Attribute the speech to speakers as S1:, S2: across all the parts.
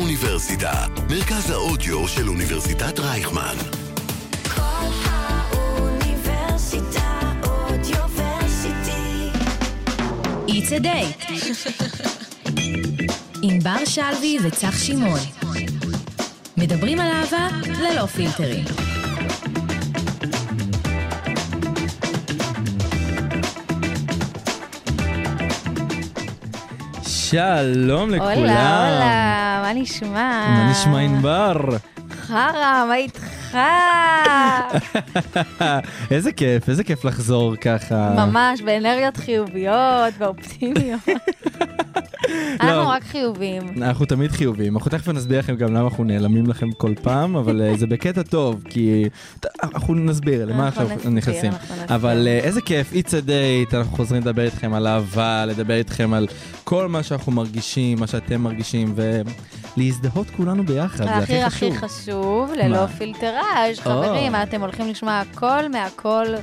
S1: האוניברסיטה, מרכז האודיו של אוניברסיטת רייכמן.
S2: כל האוניברסיטה אודיוורסיטי.
S3: It's a date. עם בר שלוי וצח שמעון. מדברים על אהבה ללא פילטרים.
S4: שלום לכולם.
S5: הולה, הולה, מה נשמע?
S4: מה נשמע ענבר?
S5: חרא, מה איתך?
S4: איזה כיף, איזה כיף לחזור ככה.
S5: ממש, באנרגיות חיוביות ואופטימיות. אנחנו
S4: לא.
S5: רק חיובים.
S4: אנחנו תמיד חיובים, אנחנו תכף נסביר לכם גם למה אנחנו נעלמים לכם כל פעם, אבל אה, זה בקטע טוב, כי ת- אנחנו נסביר למה
S5: אנחנו
S4: עכשיו
S5: נסביר,
S4: נכנסים.
S5: אנחנו נסביר.
S4: אבל אה, איזה כיף, it's a date, אנחנו חוזרים לדבר איתכם על אהבה, לדבר איתכם על כל מה שאנחנו מרגישים, מה שאתם מרגישים, ולהזדהות כולנו ביחד, זה הכי
S5: הכי
S4: חשוב.
S5: הכי חשוב, ללא
S4: מה?
S5: פילטראז', חברים, אתם הולכים לשמוע הכל מהכל, אה,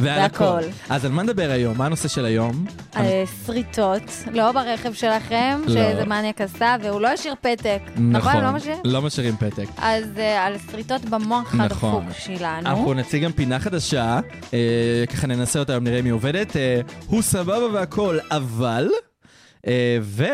S4: ועל
S5: והכל.
S4: הכל. אז על מה נדבר היום? מה הנושא של היום?
S5: אה, שריטות, לא ברכב שלכם,
S4: לא.
S5: שאיזה מניאק עשה, והוא לא השאיר פתק. נכון, לא משאיר?
S4: לא משאירים פתק.
S5: אז אה, על שריטות במוח
S4: נכון.
S5: הדפוק שלנו.
S4: אנחנו נציג גם פינה חדשה, אה, ככה ננסה אותה היום, נראה אם היא עובדת. אה, הוא סבבה והכל, אבל... אה, ו...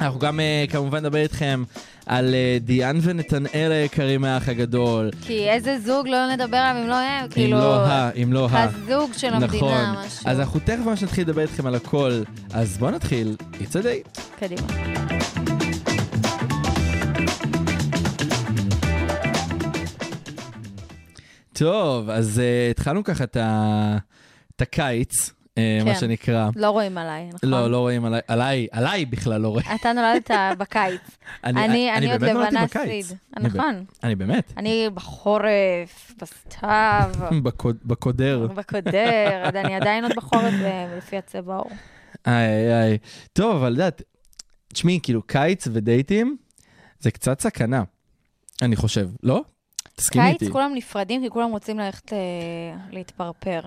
S4: אנחנו גם אה, כמובן נדבר איתכם על אה, דיאן ונתנאל היקרים מהאח הגדול.
S5: כי איזה זוג לא נדבר עליו אם לא הם,
S4: אם
S5: כאילו...
S4: לא ה, אם לא ה.
S5: הזוג של
S4: נכון.
S5: המדינה, משהו.
S4: אז אנחנו תכף ממש נתחיל לדבר איתכם על הכל. אז בואו נתחיל, it's a date.
S5: קדימה.
S4: טוב, אז אה, התחלנו ככה את ה- את הקיץ, אה, מה
S5: כן.
S4: שנקרא.
S5: לא רואים עליי, נכון?
S4: לא, לא רואים עליי, עליי, עליי בכלל לא רואים.
S5: אתה נולדת בקיץ. אני אני עוד
S4: באמת נולדתי
S5: לבנה
S4: בקיץ.
S5: סיד.
S4: אני ב-
S5: נכון.
S4: אני באמת.
S5: אני בחורף, בסתיו,
S4: בקוד- בקודר.
S5: בקודר, אז אני עדיין עוד בחורף אה, לפי הצבע עור.
S4: איי, איי. טוב, אבל יודעת, תשמעי, כאילו, קיץ ודייטים זה קצת סכנה, אני חושב, לא? תסכימי
S5: קיץ
S4: איתי.
S5: כולם נפרדים כי כולם רוצים ללכת אה, להתפרפר.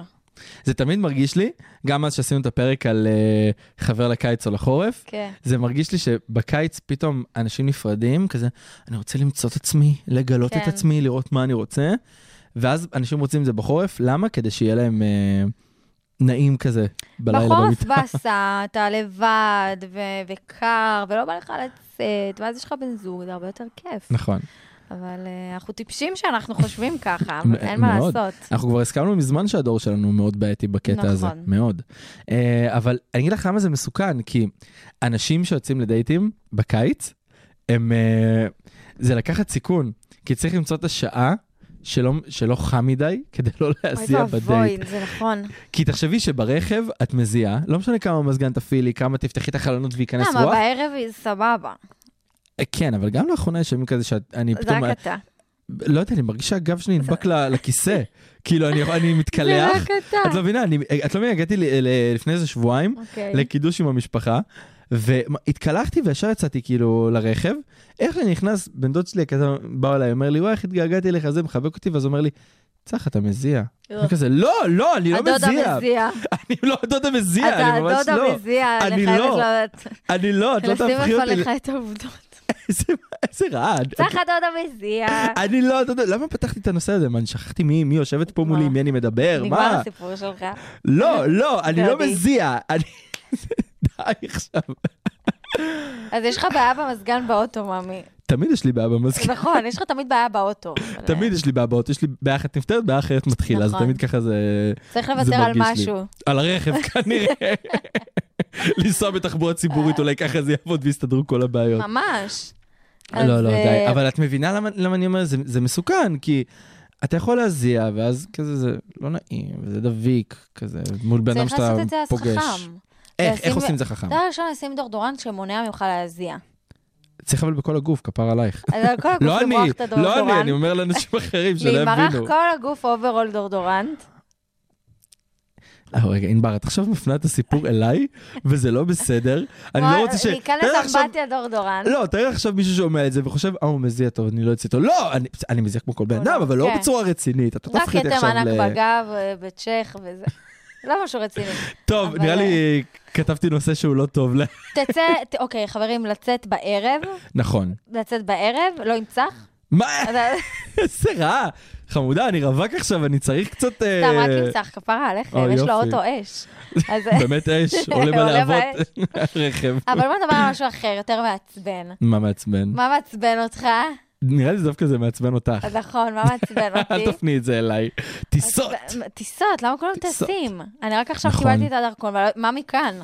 S4: זה תמיד מרגיש לי, גם אז שעשינו את הפרק על אה, חבר לקיץ או לחורף,
S5: כן.
S4: זה מרגיש לי שבקיץ פתאום אנשים נפרדים, כזה, אני רוצה למצוא את עצמי, לגלות
S5: כן.
S4: את עצמי, לראות מה אני רוצה, ואז אנשים רוצים את זה בחורף, למה? כדי שיהיה להם אה, נעים כזה בלילה לא
S5: בחורף
S4: במיטה.
S5: באסה, אתה לבד ו- וקר, ולא בא לך לצאת, ואז יש לך בן זוג, זה הרבה יותר כיף.
S4: נכון.
S5: אבל אה, אנחנו טיפשים שאנחנו חושבים ככה, אבל אין מה
S4: מאוד. אה,
S5: לעשות.
S4: אנחנו כבר הסכמנו מזמן שהדור שלנו מאוד בעייתי בקטע
S5: נכון.
S4: הזה, מאוד. Uh, אבל אני אגיד לך למה זה מסוכן, כי אנשים שיוצאים לדייטים בקיץ, הם... Uh, זה לקחת סיכון, כי צריך למצוא את השעה שלא, שלא חם מדי, כדי לא להזיע
S5: אוי ואבוי,
S4: בדייט.
S5: זה נכון.
S4: כי תחשבי שברכב את מזיעה, לא משנה כמה מזגן תפעילי, כמה תפתחי את החלונות וייכנס
S5: למה,
S4: כן, רוח.
S5: בערב היא סבבה,
S4: אה, כן, אבל גם לאחרונה יש ימים כזה שאני
S5: זה
S4: פתאום...
S5: רק אתה.
S4: לא יודע, אני מרגיש שהגב שלי נדבק ל- לכיסא. כאילו, אני, אני
S5: זה
S4: מתקלח.
S5: רק אתה.
S4: את לא מבינה, אני, את לא מבינה, הגעתי ל, ל, לפני איזה שבועיים
S5: אוקיי.
S4: לקידוש עם המשפחה, והתקלחתי וישר יצאתי כאילו לרכב. איך אני נכנס, בן דוד שלי כזה בא אליי, אומר לי, וואי, איך התגעגעתי אליך, זה מחבק אותי, ואז הוא אומר לי, צח, אתה מזיע. אני כזה, לא, לא, אני לא
S5: הדודה
S4: מזיע.
S5: מזיע.
S4: אני לא הדודה מזיע,
S5: אתה
S4: אני ממש
S5: הדודה
S4: לא.
S5: מזיע,
S4: אני
S5: אני חייבת
S4: לא.
S5: לדעת.
S4: אני לא, את לא
S5: לשים
S4: תהפכי אותי.
S5: בפניך
S4: ל- לא-
S5: את העובדות.
S4: איזה- איזה רעד.
S5: צריך הדודה מזיע.
S4: אני לא, אתה יודע, למה פתחתי את הנושא הזה? מה, אני שכחתי מי מי יושבת פה מולי,
S5: מה?
S4: מי אני מדבר?
S5: נגמר
S4: מה?
S5: הסיפור שלך.
S4: לא, לא, אני לא
S5: אני.
S4: מזיע. אני... די עכשיו.
S5: אז יש לך בעיה במזגן באוטו, מאמי.
S4: תמיד יש לי בעיה במזכיר.
S5: נכון, יש לך תמיד בעיה באוטו. אבל,
S4: תמיד יש לי בעיה באות, יש לי בעיה אחת נפתרת, בעיה אחרת מתחילה, אז
S5: נכון.
S4: תמיד ככה זה...
S5: אה, צריך
S4: זה
S5: לוותר על
S4: מרגיש לי.
S5: משהו.
S4: על הרכב כנראה. לנסוע בתחבורה ציבורית, אולי ככה זה יעבוד ויסתדרו כל הבעיות.
S5: ממש. אז,
S4: לא, לא,
S5: אה,
S4: די. אבל את מבינה למה- למה אני אומר, זה- זה מסוכן, כי אתה יכול להזיע, ואז כזה זה לא נעים, וזה דביק, כזה, מול בן אדם
S5: צריך
S4: שאתה
S5: לעשות את זה אז
S4: פוגש. אה.
S5: חכם.
S4: איך,
S5: לשים-
S4: איך עושים את זה חכם?
S5: דבר ראשון, לשים דורדורנט שמונע ממך להזיע.
S4: צריך אבל בכל הגוף, כפר עלייך.
S5: אז על כל הגוף
S4: לא אני,
S5: לברוח את
S4: לא אני,
S5: הדורדורנט.
S4: אני אומר לאנשים אחרים שלא
S5: להימרח
S4: יבינו.
S5: כל הגוף אוברול דורדורנט.
S4: אה, רגע, ענבר, את עכשיו מפנה את הסיפור אליי, וזה לא בסדר. אני לא רוצה ש... תאר לך
S5: להיכנס
S4: עכשיו-
S5: אמבטיה דורדורנט.
S4: לא, תאר לך עכשיו מישהו שומע את זה וחושב, אה, הוא מזיע טוב, אני לא אצא איתו. לא, אני- אני מזיע כמו כל בן
S5: לא,
S4: אדם, אבל לא
S5: כן.
S4: בצורה רצינית. אתה
S5: רק
S4: תפחית
S5: כתם
S4: עכשיו
S5: ענק
S4: ל...
S5: בגב, אה, בצ'ך וזה. לא משהו רציני.
S4: טוב,
S5: אבל- אה,
S4: נראה לי כתבתי נושא שהוא לא טוב. ל-
S5: תצא, ת- אוקיי, חברים, לצאת בערב,
S4: נכון.
S5: לצאת בערב, לא עם צח.
S4: מה?
S5: אתה-
S4: איזה רע. חמודה, אני רווק עכשיו, אני צריך קצת... אה,
S5: סתם, רק עם צח, כפרה עליכם,
S4: אוי,
S5: יש לו
S4: יופי.
S5: אוטו אש. אז...
S4: באמת אש, עולה
S5: עולה
S4: בלהבות רכב.
S5: אבל בוא נדבר על משהו אחר, יותר מעצבן.
S4: מה מעצבן?
S5: מה מעצבן אותך?
S4: נראה לי שדווקא זה מעצבן אותך.
S5: אז נכון, מה מעצבן
S4: אל
S5: אותי?
S4: תפני את זה אליי. טיסות!
S5: טיסות, למה כולם
S4: טיסות.
S5: טסים? אני רק עכשיו
S4: נכון.
S5: קיבלתי את הדרכון, אבל מה מכאן?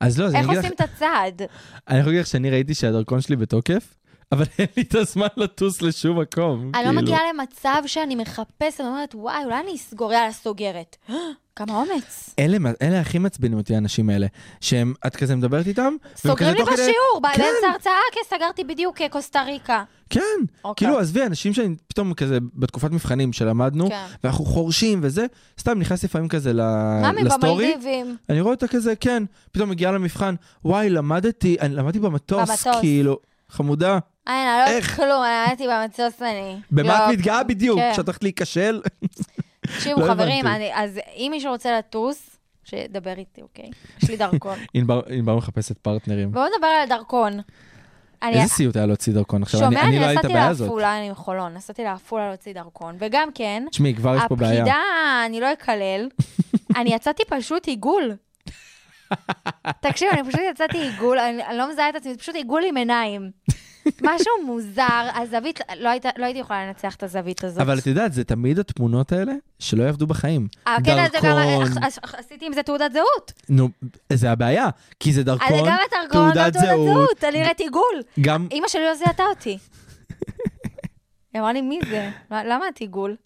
S4: אז לא, אז אני
S5: איך
S4: אגיד לך,
S5: עושים את הצעד?
S4: אני יכול להגיד לך שאני ראיתי שהדרכון שלי בתוקף, אבל אין לי את הזמן לטוס לשום מקום.
S5: אני לא
S4: כאילו.
S5: מגיעה למצב שאני מחפשת, אני אומרת, וואי, אולי אני אסגור, יאללה, סוגרת. כמה אומץ.
S4: אלה, אלה הכי מעצבנים אותי, האנשים האלה. שהם, את כזה מדברת איתם, והם
S5: סוגרים
S4: כזה
S5: לי
S4: תוך כדי-
S5: בשיעור, בא-
S4: כן.
S5: באמצע ההרצאה, כי סגרתי בדיוק אה, קוסטה ריקה.
S4: כן,
S5: אוקיי.
S4: כאילו, עזבי, אנשים שאני פתאום כזה, בתקופת מבחנים שלמדנו,
S5: כן.
S4: ואנחנו חורשים וזה, סתם נכנס לפעמים כזה ל-
S5: מאמי
S4: אה, לסטורי,
S5: במלדיבים.
S4: אני רואה אותה כזה, כן, פתאום מגיעה למבחן, וואי, למדתי, אני למדתי במטוס,
S5: במטוס.
S4: כאילו, חמודה.
S5: אין, אני לא יודעת
S4: איך?
S5: כלום, אני הייתי במצוס אני.
S4: במה
S5: לא,
S4: את מתגאה בדיוק?
S5: כן.
S4: שאת הולכת להיכשל?
S5: תקשיבו,
S4: לא
S5: חברים,
S4: הבנתי.
S5: אני- אז אם מישהו רוצה לטוס, שידבר איתי, אוקיי? יש לי דרכון.
S4: ענבר ענבר מחפשת פרטנרים.
S5: בואו נדבר על דרכון. אני-
S4: איזה סיוט היה להוציא דרכון עכשיו? אני
S5: שומע,
S4: אני
S5: אני
S4: לא הייתה
S5: נסעתי
S4: בעיה הזאת.
S5: לעפולה, אני מחולון, נסעתי לעפולה להוציא דרכון, וגם כן,
S4: תשמעי, כבר יש פה בעיה.
S5: הפקידה, אני לא אקלל, אני יצאתי פשוט עיגול. תקשיב, אני פשוט יצאתי עיגול, אני אני לא מזהה את עצמי, זה פשוט עיגול עם עיניים. משהו מוזר, הזווית, לא הייתה- לא הייתי יכולה לנצח את הזווית הזאת.
S4: אבל את יודעת, זה תמיד התמונות האלה שלא יעבדו בחיים.
S5: אה, כן, אז זה גם-
S4: דרכון,
S5: אז- אז עשיתי עם זה תעודת זהות.
S4: נו, זה הבעיה, כי זה
S5: אז זה
S4: דרכון,
S5: גם הדרכון, לא
S4: תעודת
S5: תעודת
S4: זיהוי,
S5: זהות, אני נראית עיגול.
S4: גם...
S5: אימא שלי לא זיהתה אותי. היא אמרה לי, מי זה? מה- למה את עיגול?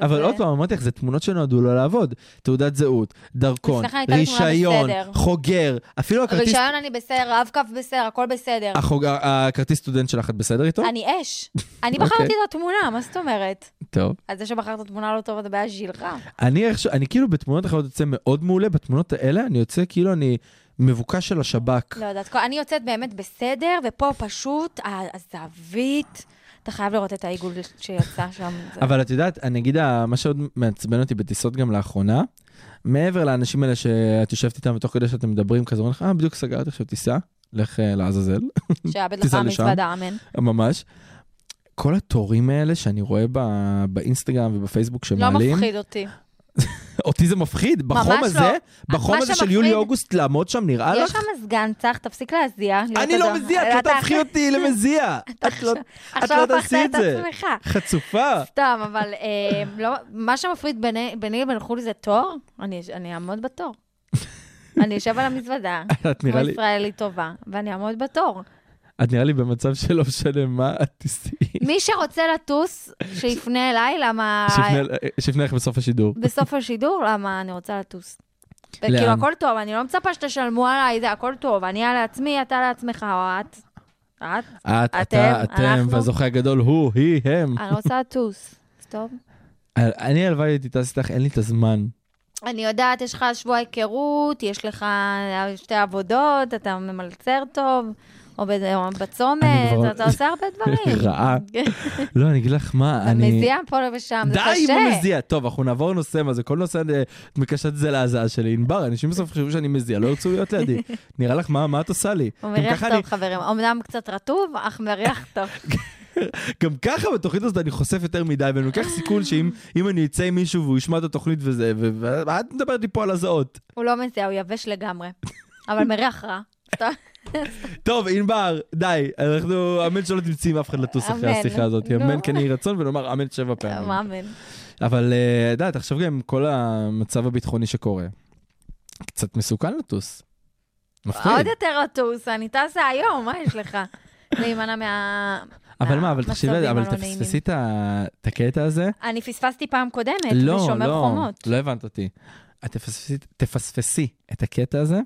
S4: אבל
S5: אה, זה-
S4: עוד פעם, אמרתי לך, זה תמונות שנועדו לא לעבוד. תעודת זהות, דרכון,
S5: לפני כן הייתה לי תמונה
S4: רישיון,
S5: בסדר.
S4: חוגר, אפילו הכרטיס...
S5: רישיון אני בסדר, רב-קו בסדר, הכל בסדר.
S4: החוג- הכרטיס סטודנט שלך, את בסדר איתו?
S5: אני אש. אני
S4: אוקיי.
S5: בחרתי את התמונה, מה זאת אומרת?
S4: טוב.
S5: אז זה שבחרת תמונה לא טובה, זה בעיה שלך.
S4: אני איכשהו, אני כאילו בתמונות אחרות יוצא מאוד מעולה, בתמונות האלה אני יוצא כאילו אני מבוקש של השב"כ.
S5: לא יודעת, כל- אני יוצאת באמת בסדר, ופה פשוט ה- הזווית. אתה חייב לראות את העיגול שיצא שם. זה-
S4: אבל את יודעת, אני אגיד, ה- מה שעוד מעצבן אותי בטיסות גם לאחרונה, מעבר לאנשים האלה שאת יושבת איתם ותוך כדי שאתם מדברים כזה, אומרים לך, אה, בדיוק סגרתי עכשיו טיסה, לך אה, לעזאזל,
S5: שיעבד לך
S4: תיסע לשם.
S5: המזוודה, אמן.
S4: ממש. כל התורים האלה שאני רואה ב... באינסטגרם ובפייסבוק
S5: לא
S4: שמעלים,
S5: מפחיד אותי.
S4: אותי זה מפחיד, בחום
S5: ממש
S4: הזה,
S5: לא.
S4: בחום
S5: מה
S4: הזה של
S5: שמפחיד-
S4: יולי-אוגוסט לעמוד שם נראה לך?
S5: יש לך מזגן, צח, תפסיק להזיע.
S4: אה, לא- אני לא מזיע, את לא
S5: אתה-
S4: תהפכי אותי למזיע. את לא
S5: עכשיו
S4: את לא
S5: הפכת
S4: תעשי את
S5: את
S4: זה.
S5: עצמך.
S4: חצופה.
S5: סתם, אבל אה, לא- מה שמפריד ביני ביני לבין חו"ל זה תור, אני אני אעמוד בתור. אני אשב על המזוודה,
S4: את
S5: כמו
S4: נראה לי,
S5: ישראלית טובה, ואני אעמוד בתור.
S4: את נראה לי במצב שלא משנה מה את תיסעי.
S5: מי שרוצה לטוס, שיפנה אליי, למה...
S4: שיפנה- שיפנה לך בסוף השידור.
S5: בסוף השידור, למה אני רוצה לטוס.
S4: לאן?
S5: כאילו, הכל טוב, אני לא מצפה שתשלמו עליי, זה הכל טוב. אני על עצמי, אתה על עצמך, או את. את.
S4: את,
S5: אתם,
S4: אתה, אתם,
S5: אנחנו. אה.
S4: והזוכה הגדול הוא, היא, הם. אה,
S5: אני רוצה לטוס. טוב.
S4: אני הלוואי הייתי טס איתך, אין לי את הזמן.
S5: אני יודעת, יש לך שבוע היכרות, יש לך שתי עבודות, אתה ממלצר טוב, עובד היום
S4: אני כבר-
S5: בצומת, אתה עושה הרבה דברים.
S4: רעה. לא, אני אגיד לך מה, אני...
S5: מזיע פה ושם, זה קשה.
S4: די עם המזיע. טוב, אנחנו נעבור לנושא מה זה, כל נושא, אה, את מקשת את זה להזעה שלי. ענבר, אנשים בסוף חשבו שאני מזיע, לא ירצו להיות לידי. נראה לך, מה מה את עושה לי?
S5: הוא
S4: גם
S5: מריח
S4: ככה
S5: טוב,
S4: אני-
S5: חברים. אמנם קצת רטוב, אך מריח טוב.
S4: גם ככה בתוכנית הזאת אני חושף יותר מדי, ואני לוקח סיכון שאם אם אני אצא עם מישהו והוא ישמע את התוכנית וזה, ו- ואת מדברת לי פה על הזעות.
S5: הוא לא מזיע, הוא יבש לגמרי. אבל מריח רע. סתם.
S4: טוב, ענבר, די, אנחנו, אמן שלא תמצאי עם אף אחד לטוס אחרי
S5: אמן.
S4: השיחה הזאת.
S5: נו.
S4: אמן כן יהי רצון ונאמר אמן שבע פעמים.
S5: מאמן.
S4: אבל אה, את יודעת, עכשיו גם עם כל המצב הביטחוני שקורה, קצת מסוכן לטוס.
S5: עוד
S4: מפחיד.
S5: יותר רטוס, אני טסה היום, מה יש לך? להימנע מה...
S4: אבל מה, אבל תחשבי,
S5: המצבים
S4: אבל
S5: אה, הלא נעימים.
S4: תפספסי את ה- את הקטע הזה.
S5: אני פספסתי פעם קודמת,
S4: לא,
S5: בשומר
S4: לא,
S5: חומות.
S4: לא הבנת אותי. את תפספסי- תפספסי את הקטע הזה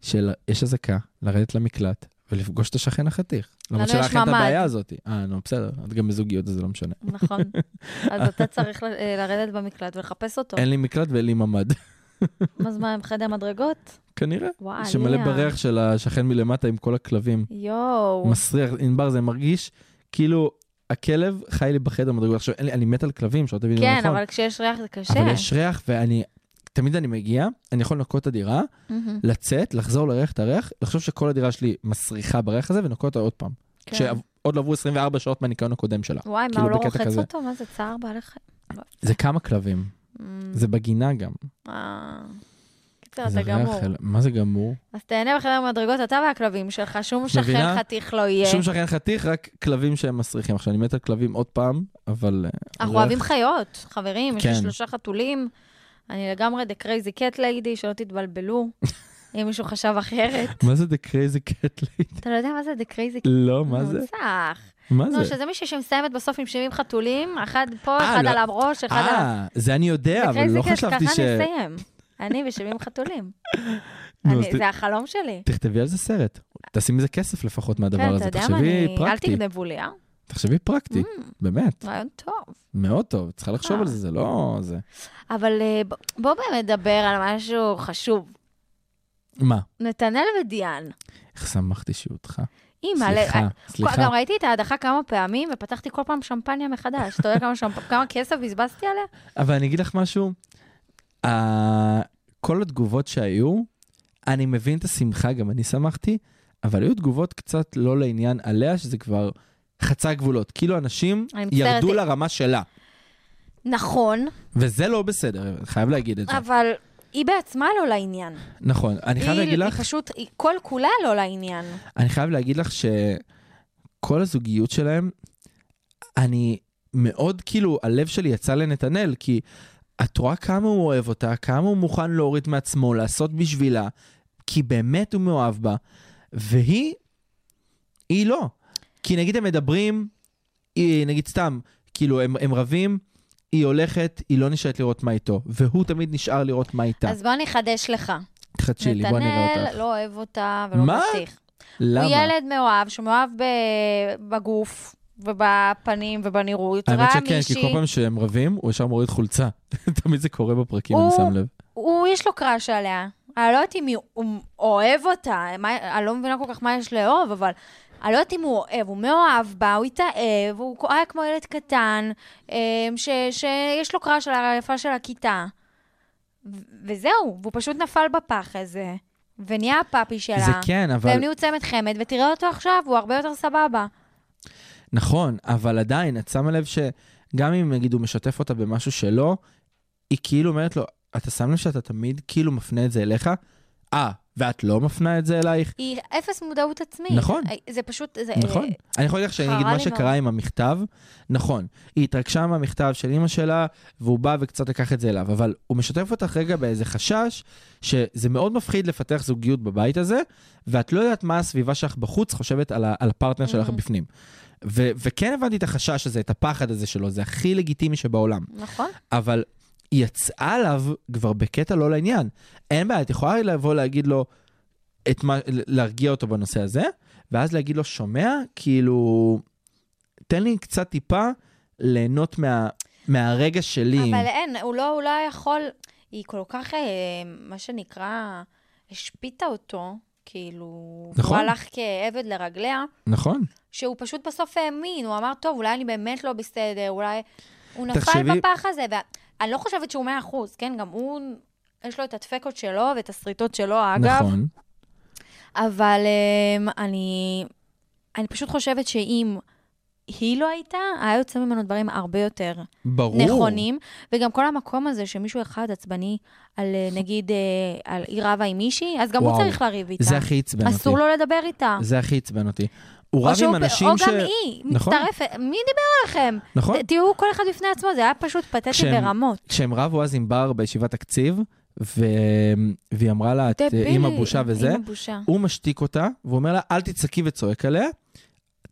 S4: של יש אזעקה, לרדת למקלט ולפגוש את השכן החתיך. למרות
S5: לנו יש
S4: שלך אין את
S5: ממ"ד.
S4: הבעיה הזאת. אה, נו, בסדר, את גם בזוגיות, אז זה לא משנה.
S5: נכון. אז אתה צריך ל- אה, לרדת במקלט ולחפש אותו.
S4: אין לי מקלט ואין לי ממ"ד,
S5: מה זמן, הם חדר מדרגות?
S4: כנראה.
S5: וואי,
S4: שמלא
S5: לאה.
S4: בריח של השכן מלמטה עם כל הכלבים.
S5: יואו.
S4: מסריח, ענבר, זה מרגיש כאילו הכלב חי לי בחדר מדרגות. עכשיו, אין לי- אני מת על כלבים, שלא תבינו לא
S5: כן,
S4: נכון.
S5: אבל כשיש ריח זה קשה.
S4: אבל יש ריח, ואני תמיד אני מגיע, אני יכול לנקות את הדירה,
S5: מהמם.
S4: לצאת, לחזור לריח את הריח, לחשוב שכל הדירה שלי מסריחה בריח הזה ונקות אותה עוד פעם.
S5: כן.
S4: שעוד לא עברו 24 שעות מהניקיון הקודם שלה.
S5: וואי, מה,
S4: כאילו
S5: הוא לא
S4: בקטע
S5: רוחץ
S4: כזה.
S5: אותו? מה זה, צער בעלי חיים?
S4: זה כמה כלבים,
S5: אמ,
S4: זה בגינה גם.
S5: אה. קיצר,
S4: זה
S5: אתה
S4: ריח
S5: גמור.
S4: אל- מה זה גמור?
S5: אז תהנה בחדר המדרגות, אתה והכלבים שלך, שום שכן
S4: מבינה?
S5: חתיך לא יהיה.
S4: שום שכן חתיך, רק כלבים שהם מסריחים. עכשיו, אני מת על כלבים עוד פעם, אבל... אה,
S5: אנחנו
S4: ריח-
S5: אוהבים חיות, חברים, יש לי
S4: כן.
S5: שלושה חתולים. אני לגמרי דה קרייזי קט ליידי, שלא תתבלבלו, אם מישהו חשב אחרת.
S4: מה זה The Crazy Cat Lady?
S5: אתה לא יודע מה זה דה קרייזי קט?
S4: לא, מה זה?
S5: מוצח.
S4: מה
S5: נו,
S4: זה?
S5: לא, שזה מישהי שמסיימת בסוף עם 70 חתולים, אחד פה,
S4: אה,
S5: אחד
S4: לא.
S5: על הראש, אחד על...
S4: אה, זה אני יודע, אבל
S5: וקרייזי
S4: לא
S5: קט,
S4: חשבתי ש...
S5: ככה אני אסיים. אני ו-70 חתולים.
S4: נו,
S5: אני-
S4: אז ת-
S5: זה החלום שלי.
S4: תכתבי על זה סרט. תשים מזה כסף לפחות
S5: כן,
S4: מהדבר
S5: אתה
S4: הזה.
S5: יודע מה,
S4: תחשבי
S5: אני... אל
S4: פרקטי.
S5: תגנבו לי, אה?
S4: תחשבי פרקטי,
S5: Mm.
S4: באמת.
S5: רעיון טוב.
S4: מאוד טוב. צריכה לחשוב
S5: אה.
S4: על זה, זה לא... זה...
S5: אבל אה, ב- בואו באמת נדבר על משהו חשוב.
S4: מה?
S5: נתנאל ודיאן.
S4: איך שמחתי שהוא אותך.
S5: אימא,
S4: סליחה,
S5: ל- אה,
S4: סליחה.
S5: גם ראיתי את ההדחה כמה פעמים, ופתחתי כל פעם שמפניה מחדש. אתה יודע כמה, שמפ... כמה כסף בזבזתי עליה?
S4: אבל אני אגיד לך משהו, אה, כל התגובות שהיו, אני מבין את השמחה, גם אני שמחתי, אבל היו תגובות קצת לא לעניין עליה, שזה כבר חצה גבולות. כאילו אנשים
S5: אני מצטערת,
S4: ירדו
S5: היא-
S4: לרמה שלה,
S5: נכון,
S4: וזה לא בסדר, אני חייב להגיד את זה.
S5: אבל היא בעצמה לא לעניין.
S4: נכון, אני חייב
S5: היא,
S4: להגיד
S5: היא
S4: לך,
S5: פשוט, היא כל כולה לא לעניין.
S4: אני חייב להגיד לך שכל הזוגיות שלהם, אני מאוד, כאילו, הלב שלי יצא לנתנאל, כי את רואה כמה הוא אוהב אותה, כמה הוא מוכן להוריד מעצמו, לעשות בשבילה, כי באמת הוא מאוהב בה, והיא, היא לא. כי נגיד הם מדברים, היא, נגיד סתם, כאילו, הם, הם רבים, היא הולכת, היא לא נשארת לראות מה איתו, והוא תמיד נשאר לראות מה איתה.
S5: אז בוא אני אחדש לך.
S4: תחדשי לי, בוא נראה
S5: נתנאל
S4: אותך.
S5: לא אוהב אותה ולא
S4: מה?
S5: מצליח.
S4: למה?
S5: הוא ילד מאוהב, שמאוהב ב- בגוף ובפנים ובנראות.
S4: האמת
S5: ראה
S4: שכן, כי
S5: מישהי-
S4: כל פעם שהם רבים, הוא ישר מוריד חולצה. תמיד זה קורה בפרקים, אני
S5: הוא-
S4: שם לב.
S5: הוא, יש לו קראש עליה. אני לא יודעת אם הוא- הוא אוהב אותה, מה, אני לא מבינה כל כך מה יש לאהוב, אבל אני לא יודעת אם הוא אוהב, הוא מאוהב בה, הוא התאהב, הוא היה כמו ילד קטן, אה, ש, שיש לו קראש על היפה של הכיתה. ו- וזהו, והוא פשוט נפל בפח הזה, ונהיה הפאפי שלה.
S4: זה כן, אבל...
S5: והם נהיו צמד חמד, ותראה אותו עכשיו, הוא הרבה יותר סבבה.
S4: נכון, אבל עדיין, את שמה לב שגם אם, נגיד, הוא משתף אותה במשהו שלא, היא כאילו אומרת לו, אתה שם לב שאתה תמיד כאילו מפנה את זה אליך? אה, ואת לא מפנה את זה אלייך?
S5: היא אפס מודעות עצמית.
S4: נכון.
S5: זה פשוט... זה, אה,
S4: נכון. אני יכול להגיד לך שאני
S5: חרה
S4: אגיד מה
S5: לי מאוד.
S4: שקרה עם המכתב, נכון, היא התרגשה מהמכתב של אימא שלה, והוא בא וקצת לקח את זה אליו, אבל הוא משתף אותך רגע באיזה חשש, שזה מאוד מפחיד לפתח זוגיות בבית הזה, ואת לא יודעת מה הסביבה שלך בחוץ חושבת על, ה- על הפרטנר שלך
S5: Mhm.
S4: בפנים. ו- וכן הבנתי את החשש הזה, את הפחד הזה שלו, זה הכי לגיטימי שבעולם.
S5: נכון.
S4: אבל היא יצאה עליו כבר בקטע לא לעניין. אין בעיה, את יכולה לבוא להגיד לו, את מה, להרגיע אותו בנושא הזה, ואז להגיד לו, שומע, כאילו, תן לי קצת טיפה ליהנות מה, מהרגע שלי.
S5: אבל אין, הוא לא, הוא לא יכול, היא כל כך, אה, מה שנקרא, השפיטה אותו, כאילו,
S4: נכון.
S5: הוא הלך כעבד לרגליה,
S4: נכון.
S5: שהוא פשוט בסוף האמין, הוא אמר, טוב, אולי אני באמת לא בסדר, אולי... הוא נפל
S4: תחשבי-
S5: בפח הזה, ואני לא חושבת שהוא מאה אחוז, כן? גם הוא, יש לו את הדפקות שלו ואת הסריטות שלו, אגב.
S4: נכון.
S5: אבל אמ, אני, אני פשוט חושבת שאם היא לא הייתה, היה יוצא ממנו דברים הרבה יותר.
S4: ברור.
S5: נכונים, וגם כל המקום הזה שמישהו אחד עצבני על אה, נגיד, אה, על היא רבה עם מישהי, אז גם הוא
S4: וואו,
S5: צריך לריב איתה.
S4: זה הכי עצבן אותי.
S5: אסור לו לדבר איתה.
S4: זה הכי עצבן אותי. הוא
S5: או
S4: רב עם
S5: שהוא-
S4: אנשים
S5: או
S4: ש...
S5: גם היא,
S4: נכון.
S5: מצטרפת. מי דיבר עליכם?
S4: נכון.
S5: ת- תהיו כל אחד בפני עצמו, זה היה פשוט פתטי
S4: כשהם-
S5: ברמות.
S4: כשהם רבו אז עם בר בישיבת תקציב, ו... והיא אמרה לה, את אימא בושה וזה,
S5: עם הבושה.
S4: הוא משתיק אותה, והוא אומר לה, אל תצעקי וצועק עליה,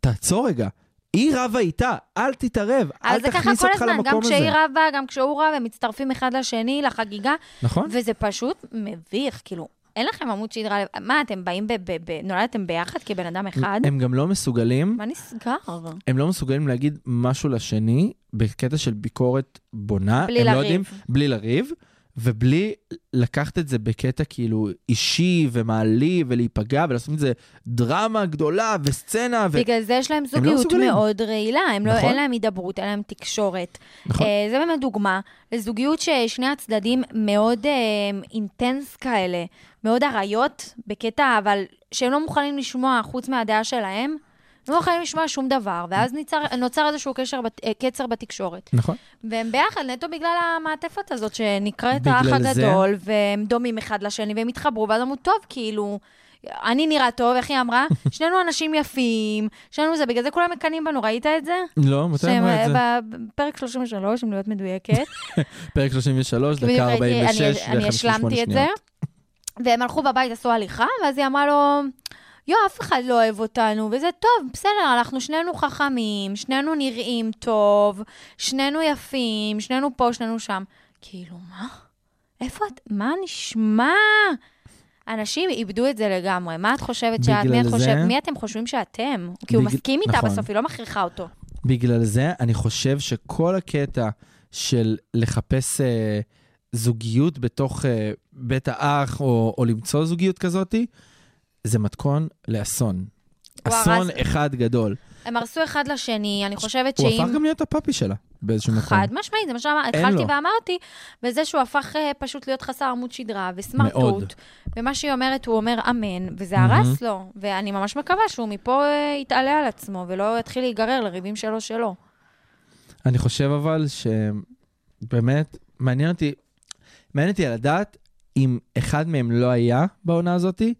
S4: תעצור רגע. היא רבה איתה, אל תתערב,
S5: אבל
S4: אל
S5: זה ככה
S4: תכניס
S5: כל
S4: אותך
S5: הזמן, גם
S4: למקום הזה.
S5: כשהיא רבה, גם כשהוא רב, הם מצטרפים אחד לשני לחגיגה,
S4: נכון?
S5: וזה פשוט מביך, כאילו, אין לכם עמוד שדרה, לב- מה, אתם באים, ב- ב- ב- נולדתם ביחד כבן אדם אחד?
S4: הם גם לא מסוגלים,
S5: מה נסגר?
S4: הם לא מסוגלים להגיד משהו לשני בקטע של ביקורת בונה.
S5: בלי
S4: הם לא
S5: לריב.
S4: יודעים, בלי לריב, ובלי לקחת את זה בקטע כאילו אישי ומעליב ולהיפגע ולעשות את זה דרמה גדולה וסצנה ו...
S5: בגלל זה יש להם
S4: לא
S5: זוגיות
S4: מסוגלים.
S5: מאוד רעילה, הם לא,
S4: נכון.
S5: אין להם הידברות, אין להם תקשורת.
S4: נכון.
S5: אה, זה באמת דוגמה לזוגיות ששני הצדדים מאוד אה, אינטנס כאלה, מאוד אריות, בקטע, אבל שהם לא מוכנים לשמוע חוץ מהדעה שלהם, הם לא מוכנים לשמוע שום דבר, ואז נוצר, נוצר איזשהו קשר, בת- אה, קצר בתקשורת.
S4: נכון.
S5: והם ביחד נטו בגלל המעטפת הזאת שנקראת
S4: בגלל
S5: האח
S4: זה-
S5: הגדול, והם דומים אחד לשני, והם התחברו, ואז אמרו, טוב, כאילו, אני נראה טוב, איך היא אמרה? שנינו אנשים יפים, שנינו זה, בגלל זה כולם מקנאים בנו, ראית את זה?
S4: לא, מתי
S5: שהם,
S4: אמרו את זה?
S5: אה, בפרק 33, אם להיות מדויקת.
S4: פרק 33,
S5: בדיוק
S4: דקה
S5: ראיתי,
S4: 46
S5: אני-
S4: ו-58
S5: אני השלמתי את זה,
S4: שניות.
S5: והם הלכו בבית, עשו הליכה, ואז היא אמרה לו, יו, אף אחד לא אוהב אותנו, וזה טוב, בסדר, אנחנו שנינו חכמים, שנינו נראים טוב, שנינו יפים, שנינו פה, שנינו שם. כאילו, מה? איפה את? מה נשמע? אנשים איבדו את זה לגמרי. מה את חושבת שאת? מי,
S4: בגלל
S5: את
S4: זה-
S5: חושב, מי אתם חושבים שאתם? כי הוא
S4: בגלל-
S5: מסכים איתה
S4: נכון.
S5: בסוף, היא לא מכריחה אותו.
S4: בגלל זה אני חושב שכל הקטע של לחפש אה, זוגיות בתוך אה, בית האח, או, או למצוא זוגיות כזאתי, זה מתכון לאסון.
S5: הוא
S4: אסון
S5: הרס-
S4: אחד גדול.
S5: הם הרסו אחד לשני, אני חושבת
S4: הוא
S5: שאם...
S4: הפך גם להיות הפאפי שלה באיזשהו מקום.
S5: חד משמעית, זה מה שאמרתי,
S4: נכון. אין
S5: התחלתי
S4: לו.
S5: ואמרתי, בזה שהוא הפך אה, פשוט להיות חסר עמוד שדרה
S4: מאוד.
S5: וסמרטוט. ומה שהיא אומרת, הוא אומר אמן, וזה הרס לו. ואני ממש מקווה שהוא מפה אה, יתעלה על עצמו, ולא יתחיל להיגרר לריבים שלו שלו.
S4: אני חושב אבל שבאמת, מעניין אותי, מעניין אותי לדעת אם אחד מהם לא היה בעונה הזאתי,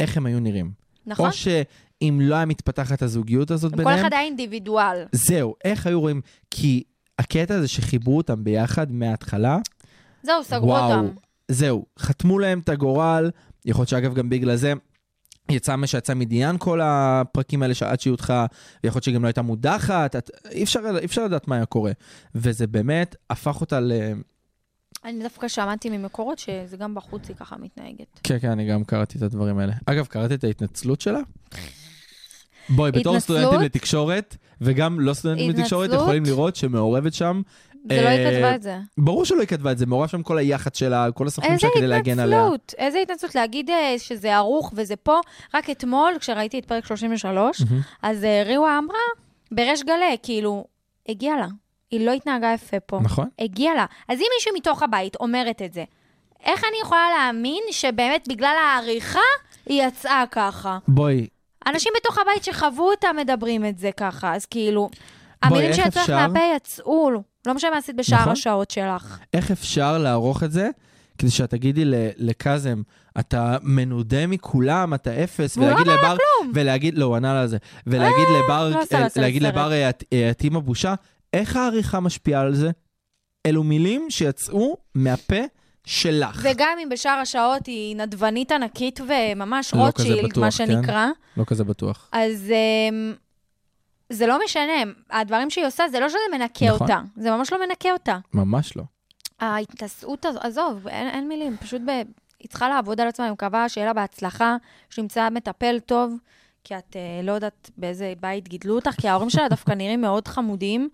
S4: איך הם היו נראים.
S5: נכון?
S4: או שאם לא היה מתפתחת הזוגיות הזאת
S5: כל
S4: ביניהם,
S5: אחד היה אינדיבידואל.
S4: זהו, איך היו רואים? כי הקטע הזה שחיברו אותם ביחד מההתחלה,
S5: זהו, סגרו
S4: וואו,
S5: אותם.
S4: זהו, חתמו להם את הגורל, יכול להיות שאגב גם בגלל זה יצא מה שיצא מדיאן כל הפרקים האלה שעד שהיא הודחה, ויכול להיות שהיא גם לא הייתה מודחת, את, אי, אפשר, אי אפשר לדעת מה היה קורה. וזה באמת הפך אותה ל...
S5: אני דווקא שמעתי ממקורות שזה גם בחוץ היא ככה מתנהגת.
S4: כן, כן, אני גם קראתי את הדברים האלה. אגב, קראתי את ההתנצלות שלה? בואי, בתור
S5: התנצלות?
S4: סטודנטים לתקשורת, וגם לא סטודנטים לתקשורת,
S5: התנצלות?
S4: יכולים לראות שמעורבת שם
S5: זה לא
S4: אה,
S5: היא כתבה את זה.
S4: ברור שלא היא כתבה את זה, מעורב שם כל היח"צ שלה, כל הסוכנים
S5: איזה
S4: שלה כדי להגן עליה.
S5: התנצלות, איזה התנצלות להגיד אה, שזה ערוך וזה פה. רק אתמול, כשראיתי את פרק 33,
S4: מהמם.
S5: אז אה, ריווה אמרה, בריש גלי, כאילו, הגיע לה. היא לא התנהגה יפה פה.
S4: נכון.
S5: הגיע לה. אז אם מישהי מתוך הבית אומרת את זה, איך אני יכולה להאמין שבאמת בגלל העריכה היא יצאה ככה?
S4: בואי,
S5: אנשים בתוך הבית שחוו אותה מדברים את זה ככה, אז כאילו,
S4: בואי,
S5: המילים
S4: איך
S5: שיצאו לך
S4: אפשר?
S5: מהפה יצאו, לא משנה מה עשית בשאר
S4: נכון.
S5: השעות שלך.
S4: איך אפשר לערוך את זה כדי שאת תגידי ל- לקאזם, אתה מנודה מכולם, אתה אפס,
S5: והוא לא
S4: ולהגיד
S5: אמר לה
S4: לבר, ולהגיד, לא, הוא ענה לה על זה, ולהגיד לבר,
S5: לא עשה
S4: אה,
S5: לה סרט.
S4: להגיד לבר, אה, את- אה, את אימא בושה, איך העריכה משפיעה על זה? אלו מילים שיצאו מהפה שלך.
S5: וגם אם בשאר השעות היא נדבנית ענקית וממש
S4: לא כזה
S5: רוטשילד,
S4: בטוח, כן.
S5: מה שנקרא,
S4: לא כזה בטוח.
S5: אז אמ, זה לא משנה. הדברים שהיא עושה, זה לא שזה מנקה
S4: נכון.
S5: אותה. זה ממש לא מנקה אותה.
S4: ממש לא.
S5: ההתנשאות הזאת, עזוב, אין, אין מילים, פשוט ב... היא צריכה לעבוד על עצמה, אני מקווה שיהיה לה בהצלחה, שנמצא מטפל טוב, כי את אה, לא יודעת באיזה בית גידלו אותך, כי ההורים שלה דווקא נראים מאוד חמודים,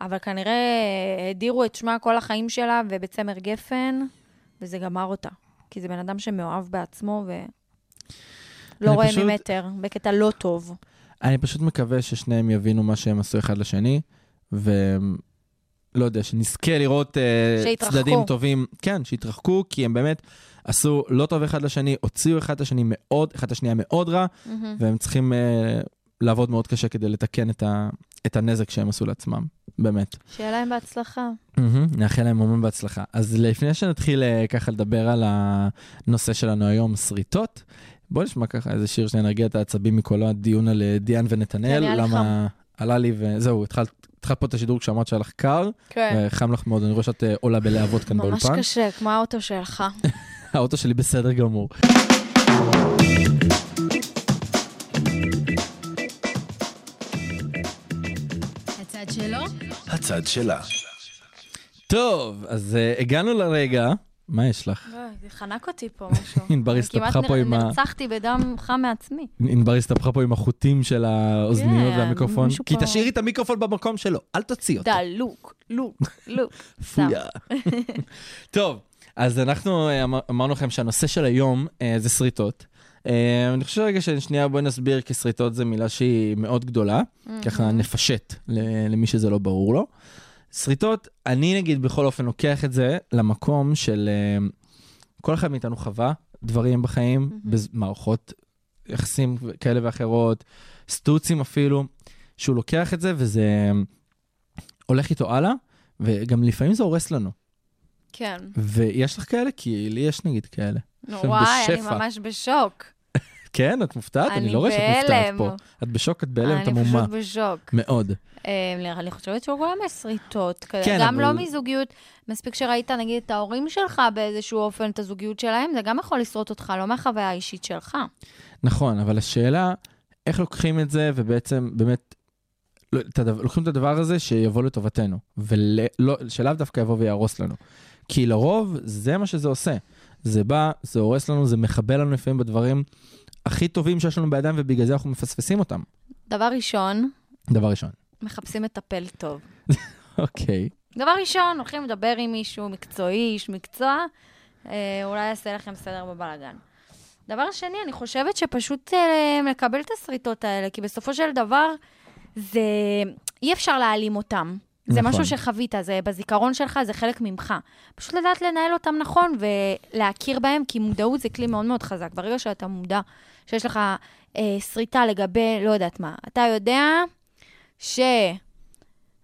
S5: אבל כנראה אה, הדירו את שמה כל החיים שלה ובצמר גפן, וזה גמר אותה. כי זה בן אדם שמאוהב בעצמו ולא
S4: אני
S5: רואה
S4: פשוט-
S5: ממטר, בקטע לא טוב.
S4: אני פשוט מקווה ששניהם יבינו מה שהם עשו אחד לשני, ולא יודע, שנזכה לראות אה,
S5: שיתרחקו.
S4: צדדים טובים. כן, שהתרחקו, כי הם באמת עשו לא טוב אחד לשני, הוציאו אחד את השני מאוד, אחד את השנייה מאוד רע, והם צריכים אה, לעבוד מאוד קשה כדי לתקן את, ה, את הנזק שהם עשו לעצמם, באמת.
S5: שיהיה להם בהצלחה.
S4: מהמם, נאחל להם המון בהצלחה. אז לפני שנתחיל אה, ככה לדבר על הנושא שלנו היום, שריטות, בוא נשמע ככה איזה שיר שנרגיע את העצבים מקולו הדיון על אה, דיאן ונתנאל,
S5: כן, היה לי
S4: למה עלה לי וזהו, התחלת התחלת פה את השידור כשאמרת שהיה לך קר,
S5: כן.
S4: וחם לך מאוד, אני רואה שאת אה, עולה בלהבות כאן
S5: ממש
S4: באולפן.
S5: קשה, כמו האוטו שלך.
S4: האוטו שלי בסדר גמור.
S3: הצד שלו,
S1: הצד שלה.
S4: טוב, אז אה, הגענו לרגע, מה יש לך?
S5: אוי, לא, זה חנק אותי פה משהו.
S4: ענבר
S5: אני
S4: הסתבכה
S5: כמעט
S4: פה
S5: נר-
S4: עם ה-
S5: נרצחתי בדם חם מעצמי.
S4: ענבר הסתבכה פה עם החוטים של האוזניות
S5: כן,
S4: והמיקרופון,
S5: מישהו
S4: כי
S5: פה-
S4: תשאירי את המיקרופון במקום שלו, אל תוציא אותו.
S5: דלוק, לוק, לוק.
S4: פויה. טוב, אז אנחנו אה, אמר- אמרנו לכם שהנושא של היום אה, זה שריטות. אה, אני חושב רגע שנייה בואי נסביר, כי שריטות זו מילה שהיא מאוד גדולה, ככה נפשט ל- למי שזה לא ברור לו. שריטות, אני נגיד בכל אופן לוקח את זה למקום של אה, כל אחד מאיתנו חווה דברים בחיים,
S5: מהמם.
S4: במערכות יחסים כאלה ואחרות, סטוצים אפילו, שהוא לוקח את זה וזה אה, הולך איתו הלאה, וגם לפעמים זה הורס לנו.
S5: כן.
S4: ויש לך כאלה? כי לי יש נגיד כאלה. אתם
S5: וואי, אני
S4: בשפע.
S5: ממש בשוק.
S4: כן, את מופתעת? אני
S5: אני
S4: לא רואה שאת מופתעת
S5: בהלם.
S4: פה. את בשוק, את בהלם, את
S5: אני
S4: המומה.
S5: פשוט בשוק.
S4: מאוד.
S5: אה, נראה לי חושבת שהוא גם מסריטות. כאלה.
S4: כן,
S5: גם
S4: אבל-
S5: לא מזוגיות. מספיק שראית, נגיד, את ההורים שלך באיזשהו אופן, את הזוגיות שלהם, זה גם יכול לשרוט אותך, לא מהחוויה האישית שלך.
S4: נכון, אבל השאלה, איך לוקחים את זה ובעצם באמת, לא, את הדבר, לוקחים את הדבר הזה שיבוא לטובתנו, ושלאו דווקא יבוא ויהרוס לנו. כי לרוב, זה מה שזה עושה. זה בא, זה הורס לנו, זה מחבל לנו לפעמים בדברים הכי טובים שיש לנו בידיים, ובגלל זה אנחנו מפספסים אותם.
S5: דבר ראשון,
S4: דבר ראשון.
S5: מחפשים מטפל טוב.
S4: אוקיי.
S5: דבר ראשון, הולכים לדבר עם מישהו מקצועי, איש מקצוע, אה, אולי יעשה לכם סדר בבלאגן. דבר שני, אני חושבת שפשוט אה, לקבל את השריטות האלה, כי בסופו של דבר, זה... אי אפשר להעלים אותם. זה
S4: נכון.
S5: נכון. משהו שחווית, זה בזיכרון שלך, זה חלק ממך. פשוט לדעת לנהל אותם נכון ולהכיר בהם, כי מודעות זה כלי מאוד מאוד חזק. ברגע שאתה מודע, שיש לך אה, שריטה לגבי לא יודעת מה, אתה יודע ש...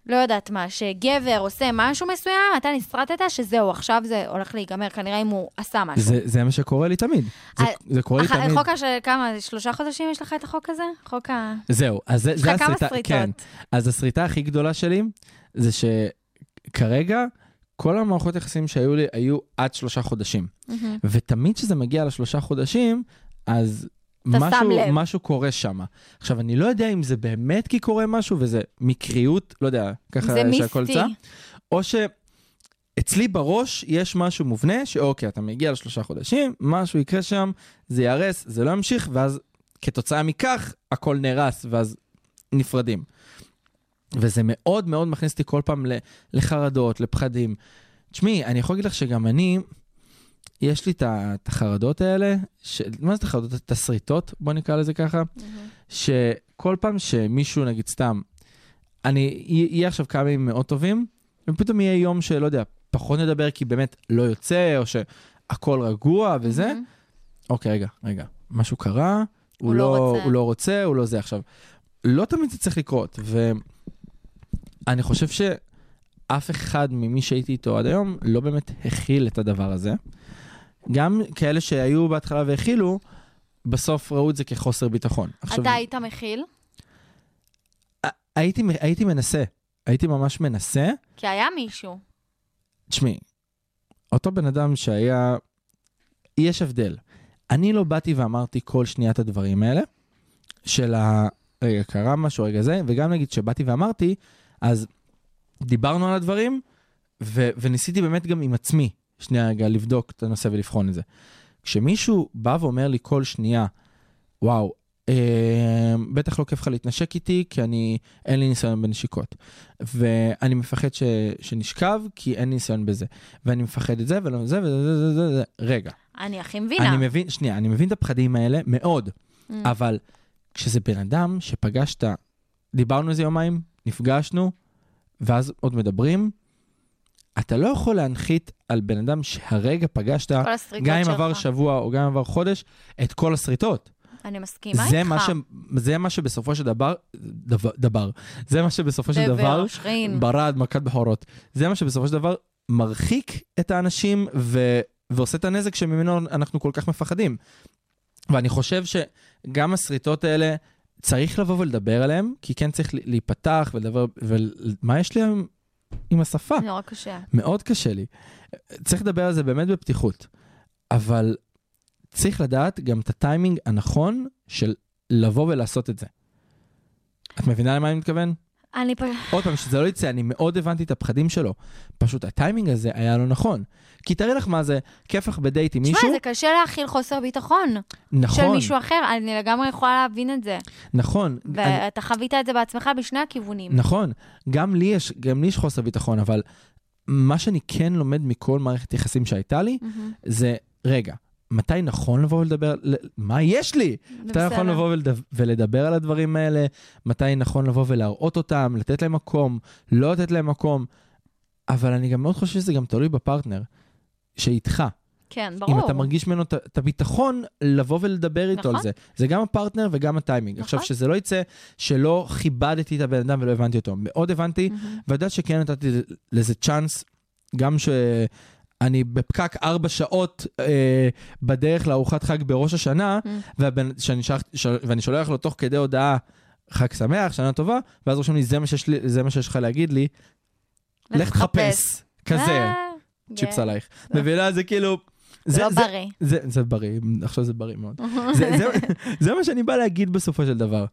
S5: לא יודעת מה, שגבר עושה משהו מסוים, אתה נסרטת שזהו, עכשיו זה הולך להיגמר, כנראה אם הוא עשה משהו.
S4: זה, זה מה שקורה לי תמיד. זה,
S5: אה,
S4: זה קורה לי
S5: אח-
S4: תמיד.
S5: חוק הש... כמה? שלושה חודשים יש לך את החוק הזה? חוק ה...
S4: זהו, אז זה,
S5: יש
S4: זה
S5: לך כמה
S4: הסריטה,
S5: שריטות.
S4: כן. אז הסריטה הכי גדולה שלי זה שכרגע כל המערכות יחסים שהיו לי היו עד שלושה חודשים.
S5: מהמם.
S4: ותמיד כשזה מגיע לשלושה חודשים, אז
S5: אתה שם
S4: משהו,
S5: לב.
S4: משהו קורה שם. עכשיו, אני לא יודע אם זה באמת כי קורה משהו וזה מקריות, לא יודע, ככה
S5: זה
S4: שהכל
S5: מיסטי.
S4: צע, או שאצלי בראש יש משהו מובנה, שאוקיי, אתה מגיע לשלושה חודשים, משהו יקרה שם, זה ייהרס, זה לא ימשיך, ואז כתוצאה מכך, הכל נהרס, ואז נפרדים. וזה מאוד מאוד מכניס אותי כל פעם ל- לחרדות, לפחדים. תשמעי, אני יכול להגיד לך שגם אני, יש לי את ה- את החרדות האלה, ש... מה זה את החרדות? התסריטות, בוא נקרא לזה ככה,
S5: מהמם.
S4: שכל פעם שמישהו, נגיד סתם, אני אהיה עכשיו כמה ימים מאוד טובים, ופתאום יהיה יום שלא יודע, פחות נדבר כי באמת לא יוצא, או שהכל רגוע וזה,
S5: מהמם.
S4: אוקיי, רגע, רגע, משהו קרה, הוא
S5: הוא לא
S4: לא,
S5: רוצה.
S4: הוא לא רוצה, הוא לא זה עכשיו. לא תמיד זה צריך לקרות, ואני חושב שאף אחד ממי שהייתי איתו עד היום לא באמת הכיל את הדבר הזה. גם כאלה שהיו בהתחלה והכילו, בסוף ראו את זה כחוסר ביטחון.
S5: אתה היית מכיל?
S4: הייתי, הייתי מנסה, הייתי ממש מנסה.
S5: כי היה מישהו.
S4: תשמעי, אותו בן אדם שהיה, יש הבדל. אני לא באתי ואמרתי כל שנייה את הדברים האלה, של ה... רגע, קרה משהו, רגע זה, וגם נגיד שבאתי ואמרתי, אז דיברנו על הדברים, ו- וניסיתי באמת גם עם עצמי, שנייה רגע, לבדוק את הנושא ולבחון את זה. כשמישהו בא ואומר לי כל שנייה, וואו, אה, בטח לא כיף לך להתנשק איתי, כי אני, אין לי ניסיון בנשיקות. ואני מפחד ש, שנשכב, כי אין לי ניסיון בזה. ואני מפחד את זה, ולא זה, וזה, זה, זה, זה, זה. רגע,
S5: אני הכי מבינה.
S4: אני מבין, שנייה, אני מבין את הפחדים האלה מאוד,
S5: Mm.
S4: אבל כשזה בן אדם שפגשת, דיברנו איזה יומיים, נפגשנו, ואז עוד מדברים, אתה לא יכול להנחית על בן אדם שהרגע פגשת,
S5: כל הסריטות
S4: גם אם
S5: שלך.
S4: עבר שבוע או גם אם עבר חודש, את כל השריטות.
S5: אני מסכימה
S4: זה
S5: איתך.
S4: מה, ש... זה מה שבסופו של דבר, דבר, דבר, זה מה שבסופו של דבר,
S5: דבר, שכין.
S4: ברד, מכת בחורות, זה מה שבסופו של דבר מרחיק את האנשים ו... ועושה את הנזק שממנו אנחנו כל כך מפחדים. ואני חושב שגם השריטות האלה, צריך לבוא ולדבר עליהם, כי כן צריך להיפתח ולדבר, ומה יש לי עם, עם השפה?
S5: נורא קשה.
S4: מאוד קשה לי. צריך לדבר על זה באמת בפתיחות, אבל צריך לדעת גם את הטיימינג הנכון של לבוא ולעשות את זה. את מבינה למה אני מתכוון?
S5: אני פ...
S4: עוד פעם, שזה לא יצא, אני מאוד הבנתי את הפחדים שלו. פשוט הטיימינג הזה היה לא נכון. כי תארי לך מה זה, כיף לך בדייט עם
S5: תשמע,
S4: מישהו,
S5: זה קשה להכיל חוסר ביטחון. של
S4: נכון,
S5: מישהו אחר, אני לגמרי יכולה להבין את זה.
S4: נכון, אני-
S5: ואתה חווית את זה בעצמך בשני הכיוונים.
S4: נכון, גם לי יש, גם לי יש חוסר ביטחון, אבל מה שאני כן לומד מכל מערכת יחסים שהייתה לי, זה, רגע, מתי נכון לבוא ולדבר, ל- מה יש לי? מתי נכון לבוא ולדבר, ולדבר על הדברים האלה? מתי נכון לבוא ולהראות אותם, לתת להם מקום, לא לתת להם מקום? אבל אני גם מאוד חושב שזה גם תלוי בפרטנר, שאיתך.
S5: כן, ברור.
S4: ברור. אם אתה מרגיש ממנו את- את הביטחון, לבוא ולדבר איתו
S5: נכון.
S4: על זה. זה גם הפרטנר וגם הטיימינג.
S5: נכון.
S4: עכשיו, שזה לא יצא שלא כיבדתי את הבן אדם ולא הבנתי אותו. מאוד הבנתי,
S5: מהמם.
S4: ואני יודעת שכן נתתי לזה צ'אנס, גם שאני בפקק ארבע שעות אה, בדרך לארוחת חג בראש השנה,
S5: Mm.
S4: והבן, שאני שלח, של, ואני שולח לו תוך כדי הודעה, חג שמח, שנה טובה, ואז רושם לי, זה מה שיש, לי, זה מה שיש לך להגיד לי, לך תחפש. כזה,
S5: אה,
S4: צ'יפס
S5: כן.
S4: עלייך.
S5: לא.
S4: מבינה? זה כאילו...
S5: זה לא
S4: זה,
S5: בריא.
S4: זה, זה בריא, עכשיו זה בריא מאוד. זה, זה, זה מה שאני בא להגיד בסופו של דבר.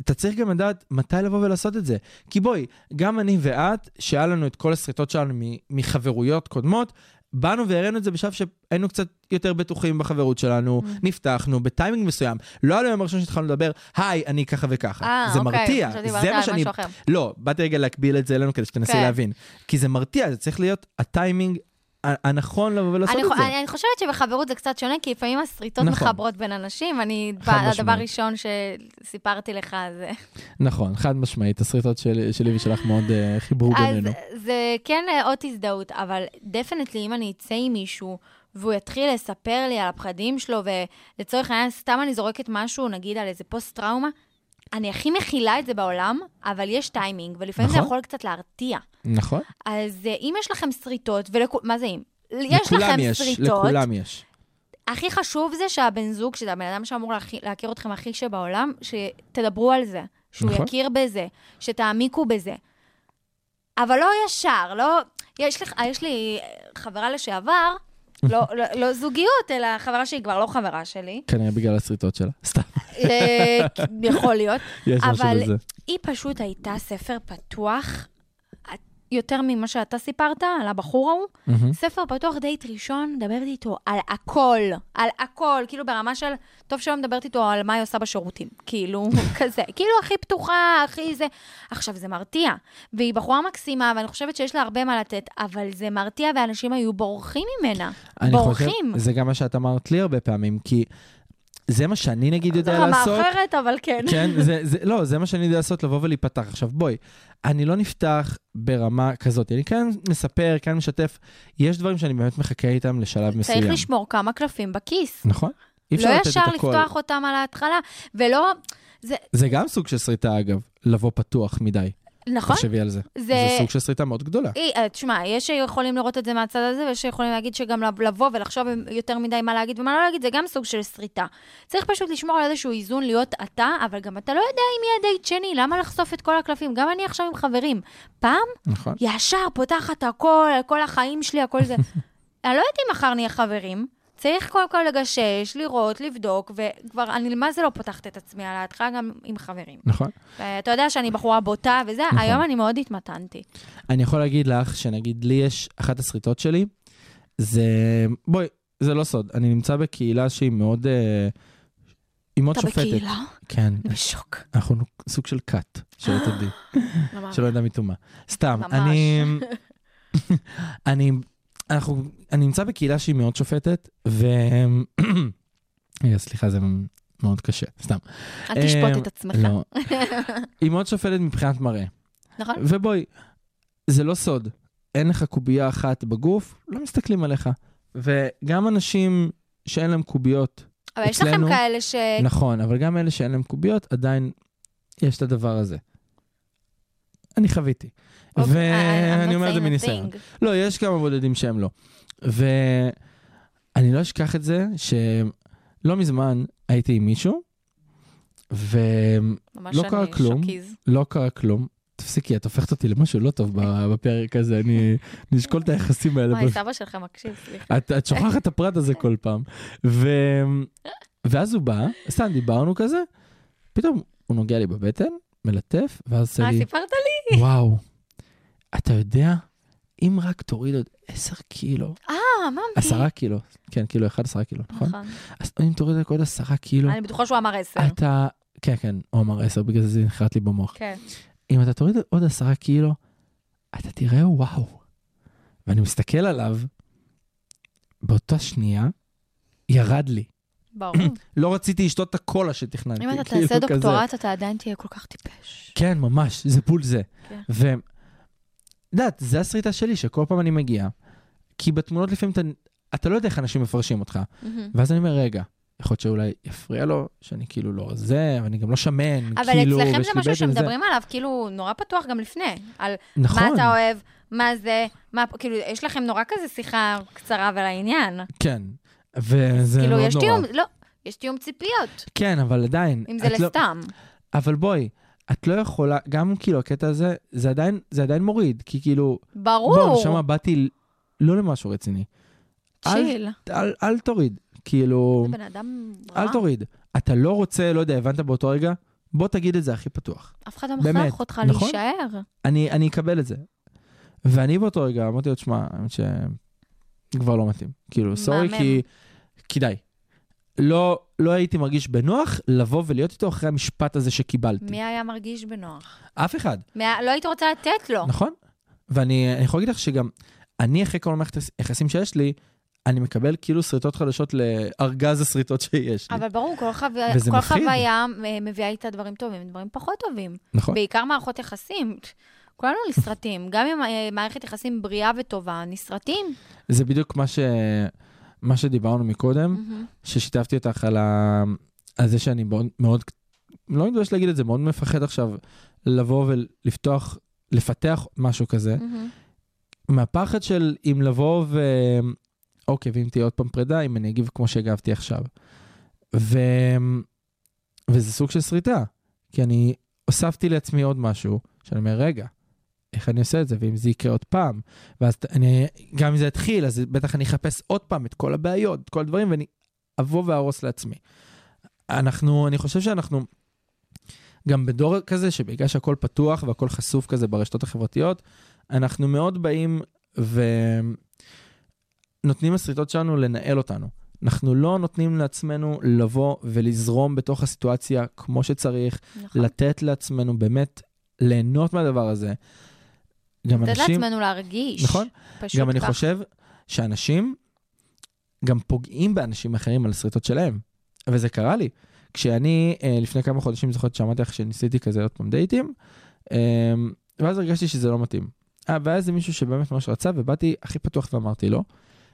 S4: אתה צריך גם לדעת מתי לבוא ולעשות את זה. כי בואי, גם אני ואת, שהיה לנו את כל הסריטות שלנו מ- מחברויות קודמות, באנו והראינו את זה בשלב שהיינו קצת יותר בטוחים בחברות שלנו,
S5: Mm.
S4: נפתחנו בטיימינג מסוים. לא על היום הראשון שהתחלנו לדבר, היי, אני ככה וככה.
S5: אה,
S4: זה
S5: אוקיי,
S4: מרתיע,
S5: חשבתי דיברת
S4: זה
S5: על
S4: מה שאני...
S5: משהו אחר.
S4: לא, באתי רגע להקביל את זה אלינו כדי שתנסי
S5: כן.
S4: להבין. כי זה מרתיע, זה צריך להיות הטיימינג ה- הנכון לבוא ולעשות
S5: אני,
S4: את
S5: חו-
S4: זה.
S5: אני, אני חושבת שבחברות זה קצת שונה, כי לפעמים הסריטות
S4: נכון.
S5: מחברות בין אנשים, אני,
S4: חד משמעית.
S5: הדבר הראשון שסיפרתי לך זה...
S4: נכון, חד משמעית, הסריטות שלי, שלי ושלך מאוד uh, חיברו בינינו.
S5: אז זה כן אה, אות הזדהות, אבל דפנטלי, אם אני אצא עם מישהו, והוא יתחיל לספר לי על הפחדים שלו, ולצורך העניין, סתם אני זורקת משהו, נגיד על איזה פוסט-טראומה, אני הכי מכילה את זה בעולם, אבל יש טיימינג, ולפעמים זה
S4: נכון.
S5: יכול קצת להרתיע.
S4: נכון?
S5: אז אה, אם יש לכם שריטות, ולכו... מה זה אם? יש
S4: לכולם
S5: לכם
S4: יש,
S5: שריטות,
S4: לכולם יש.
S5: הכי חשוב זה שהבן זוג, שזה הבן אדם שאמור להכי, להכיר אתכם הכי שבעולם, שתדברו על זה, שהוא
S4: נכון.
S5: נכון. יכיר בזה, שתעמיקו בזה. אבל לא ישר, לא... יש לי, יש לי חברה לשעבר, לא, לא, לא זוגיות, אלא חברה שהיא כבר לא חברה שלי,
S4: כנראה בגלל הסריטות שלה. סתם,
S5: אה, יכול להיות,
S4: יש משהו
S5: אבל
S4: בזה.
S5: היא פשוט הייתה ספר פתוח, יותר ממה שאתה סיפרת, על הבחור ההוא.
S4: מהמם.
S5: ספר פתוח דייט ראשון, מדברת איתו על הכל, על הכל, כאילו ברמה של, טוב שלא מדברת איתו על מה היא עושה בשירותים, כאילו, כזה, כאילו הכי פתוחה, הכי זה. עכשיו, זה מרתיע, והיא בחורה מקסימה, ואני חושבת שיש לה הרבה מה לתת, אבל זה מרתיע, ואנשים היו בורחים ממנה.
S4: אני חושב,
S5: בורחים.
S4: זה גם מה שאת אמרת לי הרבה פעמים, כי זה מה שאני נגיד
S5: זו
S4: יודע
S5: רמה
S4: לעשות.
S5: אחרת, אבל כן.
S4: כן, זה, זה, לא, זה מה שאני יודע לעשות, לבוא ולהיפתח. עכשיו בואי, אני לא נפתח ברמה כזאת, אני כן מספר, כן משתף, יש דברים שאני באמת מחכה איתם לשלב מסוים.
S5: צריך לשמור כמה קלפים בכיס.
S4: נכון? אי אפשר
S5: לא
S4: לתת
S5: ישר
S4: את הכל.
S5: לפתוח אותם על ההתחלה, ולא,
S4: זה גם סוג של שריטה אגב, לבוא פתוח מדי.
S5: נכון?
S4: תחשבי על זה. זה
S5: זה-
S4: סוג של שריטה מאוד גדולה.
S5: אי, אה, תשמע, יש שיכולים לראות את זה מהצד הזה, ויש שיכולים להגיד שגם לב- לבוא ולחשוב יותר מדי מה להגיד ומה לא להגיד, זה גם סוג של סריטה. צריך פשוט לשמור על איזשהו איזון להיות אתה, אבל גם אתה לא יודע אם יהיה דייט שני, למה לחשוף את כל הקלפים? גם אני עכשיו עם חברים. פעם,
S4: נכון.
S5: ישר פותחת הכל, על כל החיים שלי, הכל זה. אני לא יודעת אם מחר נהיה חברים. צריך קודם כל לגשש, לראות, לבדוק, וכבר, אני מה זה לא פותחת את עצמי על ההתחלה גם עם חברים.
S4: נכון.
S5: אה, אתה יודע שאני בחורה בוטה וזה,
S4: נכון.
S5: היום אני מאוד התמתנתי.
S4: אני יכול להגיד לך, שנגיד לי יש, אחת הסריטות שלי, זה, בואי, זה לא סוד, אני נמצא בקהילה שהיא מאוד, אה, היא מאוד
S5: אתה
S4: שופטת.
S5: בקהילה?
S4: כן,
S5: אני בשוק.
S4: אנחנו סוג של כת, שלא תדעי,
S5: ממש.
S4: שלא ידע מטומאה. סתם,
S5: אה. ממש.
S4: אני, אני, אנחנו, אני נמצא בקהילה שהיא מאוד שופטת, ו... רגע, סליחה, זה מאוד קשה, סתם.
S5: אל תשפוט
S4: אה,
S5: את עצמך,
S4: לא. היא מאוד שופטת מבחינת מראה.
S5: נכון?
S4: ובואי, זה לא סוד, אין לך קובייה אחת בגוף, לא מסתכלים עליך. וגם אנשים שאין להם קוביות,
S5: אבל יש לכם
S4: אצלנו-
S5: כאלה ש...
S4: נכון, אבל גם אלה שאין להם קוביות, עדיין יש את הדבר הזה. אני חוויתי.
S5: אוקיי, I- I'm
S4: ואני
S5: not
S4: אומר את זה
S5: saying a
S4: מניסיון.
S5: thing.
S4: לא, יש כמה בודדים שהם לא. ואני לא אשכח את זה, שלא מזמן הייתי עם מישהו, ו...
S5: ממש
S4: לא קרה
S5: אני
S4: כלום.
S5: שוקיז.
S4: לא קרה כלום. תפסיקי, את הופכת אותי למשהו לא טוב ב- בפרק הזה, אני נשקול את היחסים האלה.
S5: וואי,
S4: ב-
S5: סבא שלך מקשיב, סליחה.
S4: את, את שוכחת את הפרט הזה כל פעם. ו... ואז הוא בא, סתם דיברנו כזה, פתאום הוא נוגע לי בבטן, מלטף, ואז עושה
S5: מה,
S4: לי,
S5: אה, סיפרת לי?
S4: וואו, אתה יודע, אם רק תוריד עוד 10 קילו,
S5: אה, אמרתי.
S4: 10 קילו, כן, קילו 1, 10 קילו, נכון?
S5: נכון. אה,
S4: אז אם תוריד רק עוד 10 קילו,
S5: אני בטוחה שהוא אמר עשר.
S4: אתה... כן, כן, הוא אמר 10, בגלל זה זה נחרט לי במוח.
S5: כן.
S4: אם אתה תוריד עוד עשרה קילו, אתה תראה וואו. ואני מסתכל עליו, באותה שנייה, ירד לי.
S5: ברור.
S4: לא רציתי לשתות את הקולה שתכננתי.
S5: אם אתה
S4: כאילו,
S5: תעשה
S4: כזה.
S5: דוקטורט, אתה עדיין תהיה כל כך טיפש.
S4: כן, ממש, זה בול זה.
S5: כן.
S4: ו... יודעת, זה הסריטה שלי, שכל פעם אני מגיע, כי בתמונות לפעמים אתה, אתה לא יודע איך אנשים מפרשים אותך.
S5: מהמם.
S4: ואז אני אומר, רגע, יכול להיות שאולי יפריע לו, שאני כאילו לא זה, ואני גם לא שמן,
S5: אבל
S4: כאילו,
S5: אצלכם
S4: ויש
S5: זה
S4: לי בטן
S5: משהו
S4: וזה.
S5: שמדברים עליו, כאילו, נורא פתוח גם לפני. על
S4: נכון,
S5: מה אתה אוהב, מה זה, מה, כאילו, יש לכם נורא כזה שיחה קצרה ולעניין.
S4: כן. וזה
S5: כאילו,
S4: מאוד
S5: יש
S4: נורא.
S5: תיאום, לא, יש תיאום ציפיות,
S4: כן, אבל עדיין.
S5: אם זה
S4: את לא-
S5: לסתם.
S4: אבל בואי, את לא יכולה, גם כאילו הקטע הזה, זה עדיין, זה עדיין מוריד, כי כאילו, בואו,
S5: ברור.
S4: נשמה, באתי ל- לא למשהו רציני. אל-
S5: צ'יל.
S4: אל, אל תוריד, כאילו,
S5: זה בן אדם רע.
S4: אל תוריד. אתה לא רוצה, לא יודע, הבנת באותו רגע? בוא תגיד את זה הכי פתוח.
S5: אף אחד לא
S4: באמת,
S5: מכריח אותך
S4: נכון?
S5: להישאר.
S4: אני, אני אקבל את זה. ואני באותו רגע אמרתי לו, תשמע, האמת ש... כבר לא מתאים. כאילו, סורי,
S5: מהמם.
S4: כי... כדאי. לא, לא הייתי מרגיש בנוח לבוא ולהיות איתו אחרי המשפט הזה שקיבלתי.
S5: מי היה מרגיש בנוח?
S4: אף אחד.
S5: מי היה- לא היית רוצה לתת לו.
S4: נכון. ואני אני יכול להגיד לך שגם אני, אחרי כל מערכת היחסים שיש לי, אני מקבל כאילו שריטות חדשות לארגז השריטות שיש לי.
S5: אבל ברור, כל חוויה-
S4: וזה
S5: כל
S4: מפחיד.
S5: חוויה אה, מביאה איתה דברים טובים, דברים פחות טובים.
S4: נכון.
S5: בעיקר מערכות יחסים. כולנו נסרטים. גם אם אה, מערכת יחסים בריאה וטובה, נסרטים.
S4: זה בדיוק מה, ש... מה שדיברנו מקודם,
S5: מהמם.
S4: ששיתפתי אותך על, ה... על זה שאני מאוד, מאוד, לא מתבייש להגיד את זה, מאוד מפחד עכשיו לבוא ולפתוח, לפתח משהו כזה,
S5: מהמם.
S4: מהפחד של אם לבוא ו... אוקיי, ואם תהיה עוד פעם פרידה, אם אני אגיב כמו שהגבתי עכשיו. ו... וזה סוג של שריטה, כי אני הוספתי לעצמי עוד משהו, שאני אומר, רגע, איך אני עושה את זה, ואם זה יקרה עוד פעם, ואז ת- אני, גם אם זה יתחיל, אז בטח אני אחפש עוד פעם את כל הבעיות, את כל הדברים, ואני אבוא ואהרוס לעצמי. אנחנו, אני חושב שאנחנו גם בדור כזה, שבגלל שהכל פתוח והכל חשוף כזה ברשתות החברתיות, אנחנו מאוד באים ונותנים לשריטות שלנו לנהל אותנו. אנחנו לא נותנים לעצמנו לבוא ולזרום בתוך הסיטואציה כמו שצריך,
S5: נכון.
S4: לתת לעצמנו באמת ליהנות מהדבר הזה. גם
S5: לתת
S4: אנשים...
S5: לעצמנו להרגיש.
S4: נכון.
S5: פשוט
S4: גם אני
S5: ככה.
S4: חושב שאנשים גם פוגעים באנשים אחרים על שריטות שלהם, וזה קרה לי. כשאני, אה, לפני כמה חודשים זוכרת שאמרתי לך שניסיתי כזה עוד פעם דייטים, אה, ואז הרגשתי שזה לא מתאים. אה, והיה איזה מישהו שבאמת ממש רצה, ובאתי הכי פתוח ואמרתי לו.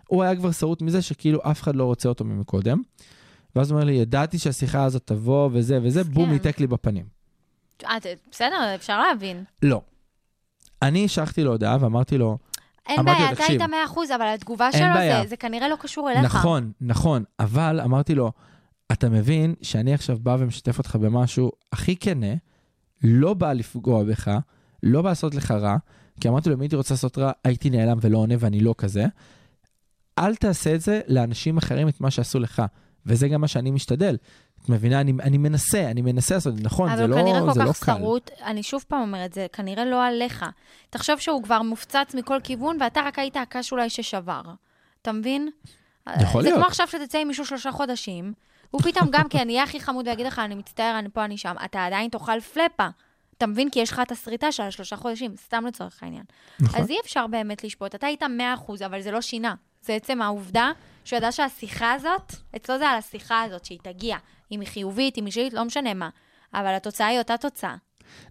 S4: הוא היה כבר שרוט מזה שכאילו אף אחד לא רוצה אותו ממקודם. ואז הוא אומר לי, ידעתי שהשיחה הזאת תבוא וזה וזה, בום,
S5: כן.
S4: ניתק לי בפנים.
S5: אה, ת- בסדר, אפשר להבין.
S4: לא. אני השלחתי לו הודעה ואמרתי לו,
S5: אין
S4: אמרתי לו,
S5: בעיה, אתה
S4: "תקשיב."
S5: היית 100 אחוז, אבל התגובה
S4: אין
S5: שלו
S4: בעיה.
S5: זה, זה כנראה לא קשור אליך.
S4: נכון, נכון, אבל אמרתי לו, אתה מבין שאני עכשיו בא ומשתף אותך במשהו הכי כנה, לא בא לפגוע בך, לא בא לעשות לך רע, כי אמרתי לו, אם הייתי רוצה לעשות רע, הייתי נעלם ולא עונה ואני לא כזה. אל תעשה את זה לאנשים אחרים את מה שעשו לך, וזה גם מה שאני משתדל. את מבינה? אני, אני מנסה, אני מנסה לעשות את זה, נכון, זה
S5: אבל
S4: לא,
S5: הוא כנראה
S4: זה
S5: כל
S4: לא
S5: כך
S4: קל.
S5: שרוט, אני שוב פעם אומרת, זה כנראה לא עליך. תחשוב שהוא כבר מופצץ מכל כיוון, ואתה רק היית הקש אולי ששבר. אתה מבין?
S4: יכול
S5: זה
S4: להיות.
S5: כמו עכשיו שתצא עם מישהו שלושה חודשים, הוא פתאום גם כן יהיה הכי חמוד ויגיד לך, אני מצטער, אני פה, אני שם. אתה עדיין תאכל פלאפה. אתה מבין? כי יש לך את השריטה של השלושה חודשים, סתם לצורך העניין.
S4: נכון.
S5: אז אי אפשר באמת לשפוט. אתה היית 100%, אבל זה לא שינה. זה עצם העובדה שהוא ידע שהשיחה הזאת, אצלו זה על השיחה הזאת, שהיא תגיע. אם היא חיובית, אם היא שלילית, לא משנה מה. אבל התוצאה היא אותה תוצאה.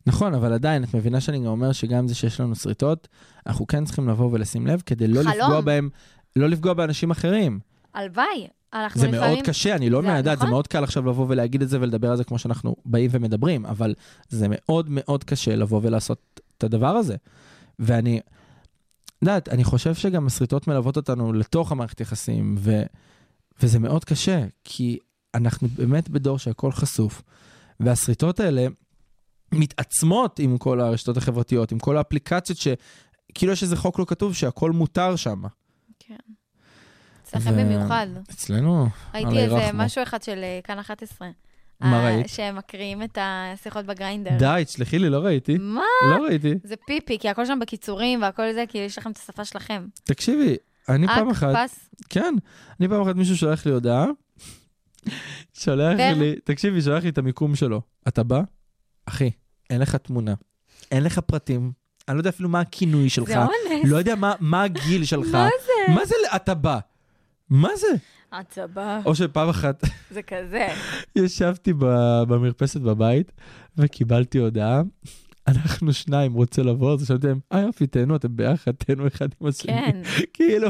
S4: נכון, אבל עדיין, את מבינה שאני גם אומר שגם זה שיש לנו שריטות, אנחנו כן צריכים לבוא ולשים לב כדי לא
S5: חלום.
S4: לפגוע בהם, לא לפגוע באנשים אחרים.
S5: הלוואי. אנחנו
S4: זה
S5: לפעמים...
S4: מאוד קשה, אני לא
S5: זה-
S4: מהדעת, זה
S5: נכון.
S4: מאוד קל עכשיו לבוא ולהגיד את זה ולדבר על זה כמו שאנחנו באים ומדברים, אבל זה מאוד מאוד קשה לבוא ולעשות את הדבר הזה. ואני, את יודעת, אני חושב שגם הסריטות מלוות אותנו לתוך המערכת יחסים, ו, וזה מאוד קשה, כי אנחנו באמת בדור שהכל חשוף, והסריטות האלה מתעצמות עם כל הרשתות החברתיות, עם כל האפליקציות, שכאילו יש איזה חוק לא כתוב שהכל מותר שם.
S5: אצלכם
S4: ו-
S5: במיוחד.
S4: אצלנו,
S5: ראיתי
S4: אללה
S5: איזה
S4: ירחמו.
S5: משהו אחד של אה, כאן 11.
S4: מה
S5: אה,
S4: ראית?
S5: שהם מקריאים את השיחות בגריינדר.
S4: די, תסלחי לי, לא ראיתי.
S5: כן. מה?
S4: לא ראיתי.
S5: זה פיפי, כי הכל שם בקיצורים והכל זה, כי יש לכם את השפה שלכם.
S4: תקשיבי, אני פעם
S5: אק,
S4: אחת,
S5: פס,
S4: כן, אני פעם אחת מישהו שולח לי הודעה, שולח
S5: ו-
S4: לי, תקשיבי, שולח לי את המיקום שלו. אתה בא? אחי, אין לך תמונה, אין לך פרטים, אני לא יודע אפילו מה הכינוי שלך.
S5: אונס.
S4: לא יודע מה, מה הגיל שלך.
S5: מה זה?
S4: מה זה ל- אתה בא? מה זה?
S5: עצבה,
S4: או שפעם אחת
S5: זה כזה.
S4: ישבתי ב- במרפסת בבית וקיבלתי הודעה, אנחנו שניים, רוצה לבוא? אז חשבתי להם, אה יופי, תהנו, אתם ביחד, תהנו אחד עם השני.
S5: כן.
S4: כאילו,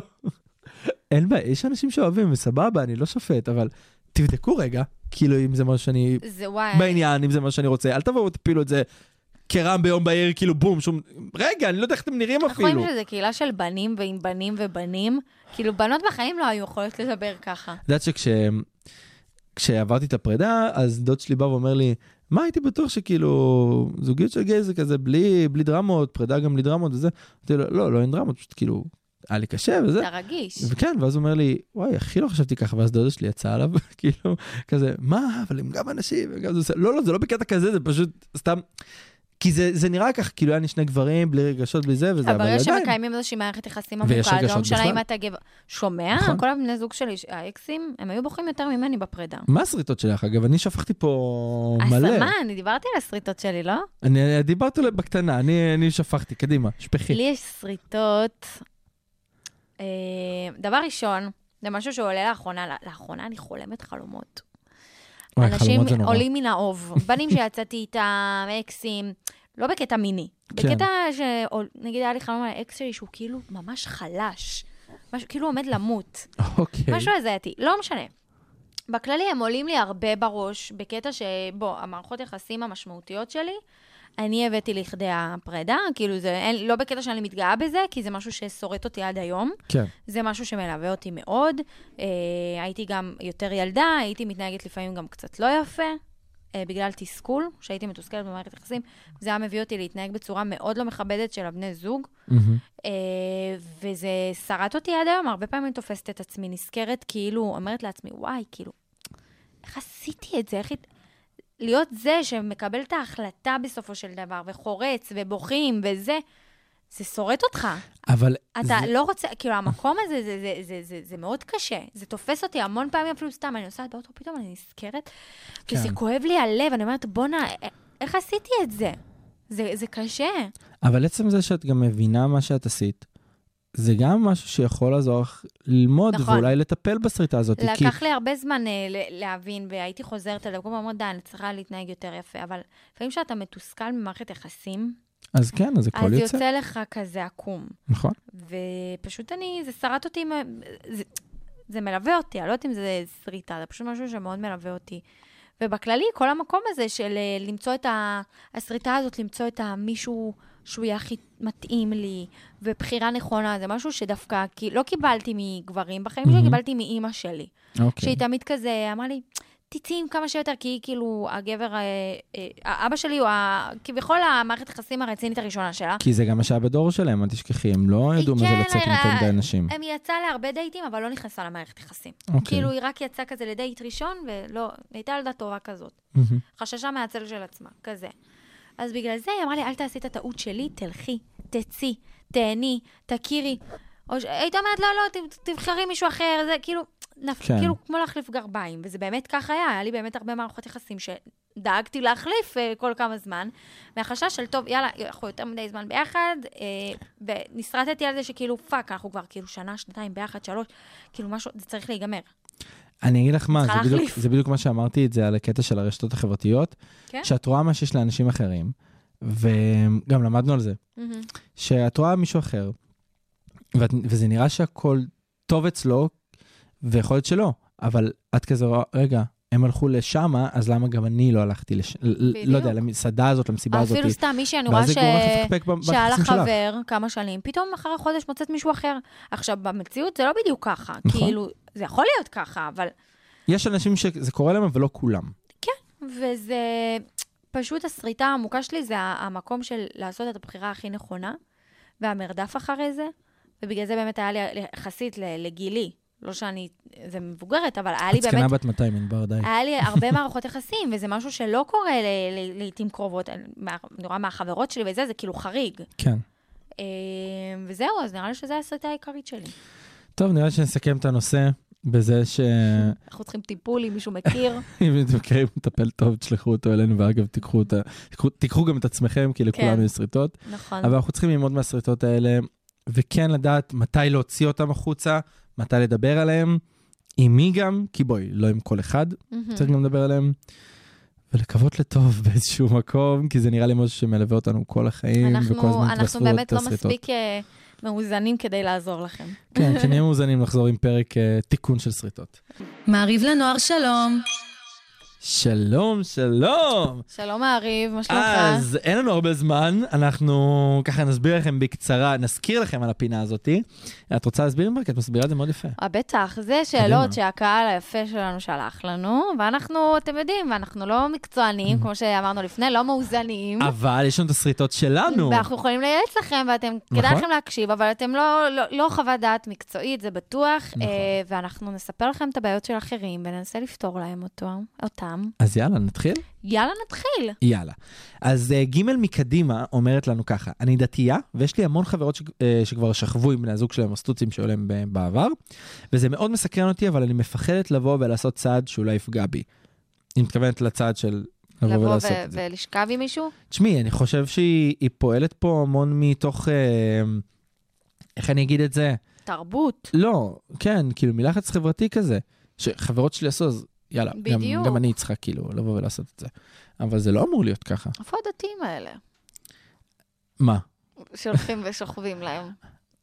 S4: אין בעיה, יש אנשים שאוהבים, וסבבה, אני לא שופט, אבל תבדקו רגע, כאילו, אם זה מה שאני
S5: זה וואי.
S4: בעניין, אם זה מה שאני רוצה, אל תבואו ותפילו את זה כרם ביום בהיר, כאילו בום, שום... רגע, אני לא יודע איך אתם נראים
S5: אנחנו רואים
S4: אפילו.
S5: שזו קהילה של בנים ועם בנים ובנים. כאילו, בנות בחיים לא היו יכולות לדבר ככה.
S4: את יודעת שכש... כשעברתי את הפרידה, אז דוד שלי בא ואומר לי, מה הייתי בטוח שכאילו זוגיות של גיי זה כזה בלי, בלי דרמות, פרידה גם בלי דרמות וזה. אמרתי לו, לא, לא אין דרמות, פשוט כאילו, היה לי קשה וזה.
S5: אתה רגיש.
S4: וכן, ואז הוא אומר לי, וואי, הכי לא חשבתי ככה, ואז דודה שלי יצאה עליו, כאילו, כזה, מה, אבל הם גם אנשים, הם גם זה, לא, לא, זה לא בקטע כזה, זה פשוט סתם, כי זה, זה נראה ככה, כאילו, היה לי שני גברים, בלי רגשות, בלי זה, וזה, אבל
S5: אבל יש
S4: עדיין,
S5: שמקיימים איזושהי מערכת יחסים
S4: ויש
S5: עמוקה, לא
S4: רגשות
S5: משנה
S4: בכלל.
S5: אם אתה גבר. שומע?
S4: נכון.
S5: כל הבני זוג שלי, האקסים, הם היו בוכים יותר ממני בפרידה.
S4: מה השריטות שלך, אגב? אני שפכתי פה
S5: אז
S4: מלא.
S5: מה, אני דיברתי על השריטות שלי, לא?
S4: אני דיברת עליי בקטנה, אני, אני שפכתי, קדימה, שפכי.
S5: לי יש שריטות. אה, דבר ראשון, זה משהו שעולה לאחרונה, לאחרונה אני חולמת חלומות.
S4: וואי,
S5: אנשים
S4: חלומות זה נורא.
S5: עולים מן האוב. בנים שיצאתי איתם, אקסים, לא בקטע מיני.
S4: כן.
S5: בקטע ש... או, נגיד היה לי חלום על האקס שלי שהוא כאילו ממש חלש. משהו, כאילו עומד למות.
S4: אוקיי.
S5: משהו הזייתי, לא משנה. בכללי הם עולים לי הרבה בראש, בקטע שבו, המערכות יחסים המשמעותיות שלי, אני הבאתי לכדי הפרידה, כאילו זה, אין, לא בקטע שאני מתגאה בזה, כי זה משהו ששורט אותי עד היום.
S4: כן.
S5: זה משהו שמלווה אותי מאוד. אה, הייתי גם יותר ילדה, הייתי מתנהגת לפעמים גם קצת לא יפה, אה, בגלל תסכול, שהייתי מתוסכלת במערכת יחסים. זה היה מביא אותי להתנהג בצורה מאוד לא מכבדת של הבני זוג.
S4: מהמם.
S5: אה, וזה שרט אותי עד היום, הרבה פעמים אני תופסת את עצמי, נזכרת כאילו, אומרת לעצמי, וואי, כאילו, איך עשיתי את זה? איך... הת- להיות זה שמקבל את ההחלטה בסופו של דבר, וחורץ, ובוכים, וזה, זה שורט אותך.
S4: אבל
S5: אתה לא רוצה, כאילו, המקום הזה, זה, זה, זה, זה, זה מאוד קשה. זה תופס אותי המון פעמים, אפילו סתם, אני נוסעת באוטו, פתאום אני נזכרת,
S4: כן.
S5: וזה כואב לי הלב, אני אומרת, בואנה, א- איך עשיתי את זה? זה, זה קשה.
S4: אבל עצם זה שאת גם מבינה מה שאת עשית, זה גם משהו שיכול לעזור לך ללמוד
S5: נכון.
S4: ואולי לטפל בשריטה הזאת. כי
S5: לקח לי הרבה זמן אה, ל- להבין, והייתי חוזרת אליו, כל פעם אומרת, די, אני צריכה להתנהג יותר יפה, אבל לפעמים כשאתה מתוסכל ממערכת יחסים,
S4: אז כן, אז הכל
S5: אז
S4: יוצא.
S5: יוצא לך כזה עקום.
S4: נכון.
S5: ופשוט אני, זה שרט אותי, מ- זה, זה מלווה אותי, אני לא יודעת אם זה שריטה, זה פשוט משהו שמאוד מלווה אותי. ובכללי, כל המקום הזה של אה, למצוא את ה... השריטה הזאת, למצוא את המישהו שהוא יהיה הכי מתאים לי, ובחירה נכונה, זה משהו שדווקא, כי לא קיבלתי מגברים בחיים שלי,
S4: מהמם.
S5: קיבלתי מאימא שלי.
S4: אוקיי.
S5: שהיא תמיד כזה אמרה לי, תצאי עם כמה שיותר, כי היא כאילו הגבר, אה, אה, האבא שלי הוא ה- כביכול המערכת היחסים הרצינית הראשונה שלה.
S4: כי זה גם מה שהיה בדור שלהם, אל תשכחי, הם לא
S5: היא
S4: ידעו מה
S5: כן אה,
S4: זה לצאת עם
S5: הראה-
S4: יותר מדי אנשים.
S5: הם יצאה להרבה דייטים, אבל לא נכנסה למערכת יחסים.
S4: אוקיי.
S5: כאילו, היא רק יצאה כזה לדייט ראשון, ולא, הייתה ילדה טובה כזאת.
S4: מהמם.
S5: חששה מהצל של עצמה, כזה. אז בגלל זה היא אמרה לי, אל תעשי את הטעות שלי, תלכי, תצאי, תהני, תכירי. או ש... היית אומרת, לא, לא, ת- תבחרי מישהו אחר, זה כאילו, נפ...
S4: כן.
S5: כן. כאילו כמו להחליף גרביים, וזה באמת כך היה, היה לי באמת הרבה מערכות יחסים שדאגתי להחליף אה, כל כמה זמן, מהחשש של, טוב, יאללה, אנחנו יותר מדי זמן ביחד, אה, ונסרטתי על זה שכאילו, פאק, אנחנו כבר כאילו שנה, שנתיים ביחד, שלוש, כאילו משהו, זה צריך להיגמר.
S4: אני אגיד לך מה,
S5: צריכה
S4: זה בדיוק-
S5: להחליף.
S4: זה בדיוק מה שאמרתי את זה על הקטע של הרשתות החברתיות,
S5: כן.
S4: שאת רואה מה שיש לאנשים אחרים, וגם למדנו על זה,
S5: מהמם.
S4: שאת רואה מישהו אחר, ואת, וזה נראה שהכל טוב אצלו, ויכול להיות שלא, אבל את כזה רואה, רגע, הם הלכו לשמה, אז למה גם אני לא הלכתי לש... ל-
S5: בדיוק.
S4: לא יודע, למסעדה הזאת, למסיבה הזאת.
S5: אפילו סתם מישהי, אני רואה
S4: ואז זה
S5: ש...
S4: גורם לך לפקפק ב-
S5: שהיה לה
S4: ביחסים שלך.
S5: חבר כמה שנים, פתאום אחרי חודש מוצאת מישהו אחר. עכשיו, במציאות זה לא בדיוק ככה.
S4: נכון.
S5: כאילו, זה יכול להיות ככה, אבל...
S4: יש אנשים שזה קורה להם, אבל לא כולם.
S5: וזה... פשוט הסריטה העמוקה שלי זה ה- המקום של לעשות את הבחירה הכי נכונה, והמרדף אחרי זה, ובגלל זה באמת היה לי יחסית ל- לגילי. לא שאני... זה מבוגרת, אבל היה לי
S4: את
S5: באמת... אה.
S4: זקנה בת 200, ענבר, די.
S5: היה לי הרבה מערכות יחסים, וזה משהו שלא קורה ל- ל- לעיתים קרובות. אני מה- אני רואה מהחברות שלי וזה, זה כאילו חריג.
S4: כן.
S5: אה, וזהו, אז נראה לי שזו הסרטה העיקרית שלי.
S4: טוב, נראה לי שנסכם את הנושא. בזה ש...
S5: אנחנו צריכים טיפול, אם מישהו מכיר.
S4: אם אתם מכירים מטפל טוב, תשלחו אותו אלינו, ואגב, תיקחו, אותה, תיקחו, תיקחו גם את עצמכם, כי לכולם
S5: כן.
S4: יש שריטות.
S5: נכון.
S4: אבל אנחנו צריכים ללמוד מהשריטות האלה, וכן לדעת מתי להוציא אותם החוצה, מתי לדבר עליהם, עם מי גם, כי בואי, לא עם כל אחד,
S5: מהמם.
S4: צריך גם לדבר עליהם. ולקוות לטוב באיזשהו מקום, כי זה נראה לי משהו שמלווה אותנו כל החיים, וכל
S5: אנחנו,
S4: הזמן
S5: אנחנו
S4: התווספו
S5: באמת לא
S4: עוד שריטות.
S5: מספיק אה, מאוזנים כדי לעזור לכם.
S4: כן, שנהיה מאוזנים לחזור עם פרק אה, תיקון של שריטות.
S3: מעריב לנוער שלום.
S4: שלום, שלום!
S5: שלום מעריב, מה שלומך?
S4: אז אין לנו הרבה זמן, אנחנו ככה נסביר לכם בקצרה, נזכיר לכם על הפינה הזאתי. את רוצה להסביר לי? כי את מסבירה את זה מאוד יפה.
S5: אה, בטח, זה
S4: קדימה.
S5: שאלות שהקהל היפה שלנו שלח לנו, ואנחנו, אתם יודעים, אנחנו לא מקצוענים, כמו שאמרנו לפני, לא מאוזנים.
S4: אבל יש לנו את השריטות שלנו.
S5: ואנחנו יכולים לייעץ לכם, ואתם, כדאי
S4: נכון.
S5: לכם להקשיב, אבל אתם לא, לא, לא חוות דעת מקצועית, זה בטוח,
S4: נכון.
S5: אה, ואנחנו נספר לכם את הבעיות של אחרים, וננסה לפתור להם אותו, אותם.
S4: אז יאללה, נתחיל?
S5: יאללה, נתחיל.
S4: יאללה. אז אה, ג' מקדימה אומרת לנו ככה, אני דתייה, ויש לי המון חברות ש... אה, שכבר שכבו עם בני הזוג שלהם, הסטוצים שהיו להם ב- בעבר, וזה מאוד מסקרן אותי, אבל אני מפחדת לבוא ולעשות צעד שאולי יפגע בי. היא מתכוונת לצעד של לבוא,
S5: לבוא
S4: ולעשות
S5: ו-
S4: את זה.
S5: ולשכב עם מישהו?
S4: תשמעי, אני חושב שהיא היא פועלת פה המון מתוך... אה, איך אני אגיד את זה?
S5: תרבות.
S4: לא, כן, כאילו מלחץ חברתי כזה, שחברות שלי עשו, אז יאללה, גם,
S5: בדיוק.
S4: גם אני אצחק כאילו לבוא ולעשות את זה. אבל זה לא אמור להיות ככה.
S5: איפה הדתיים האלה?
S4: מה?
S5: שהולכים ושוכבים להם.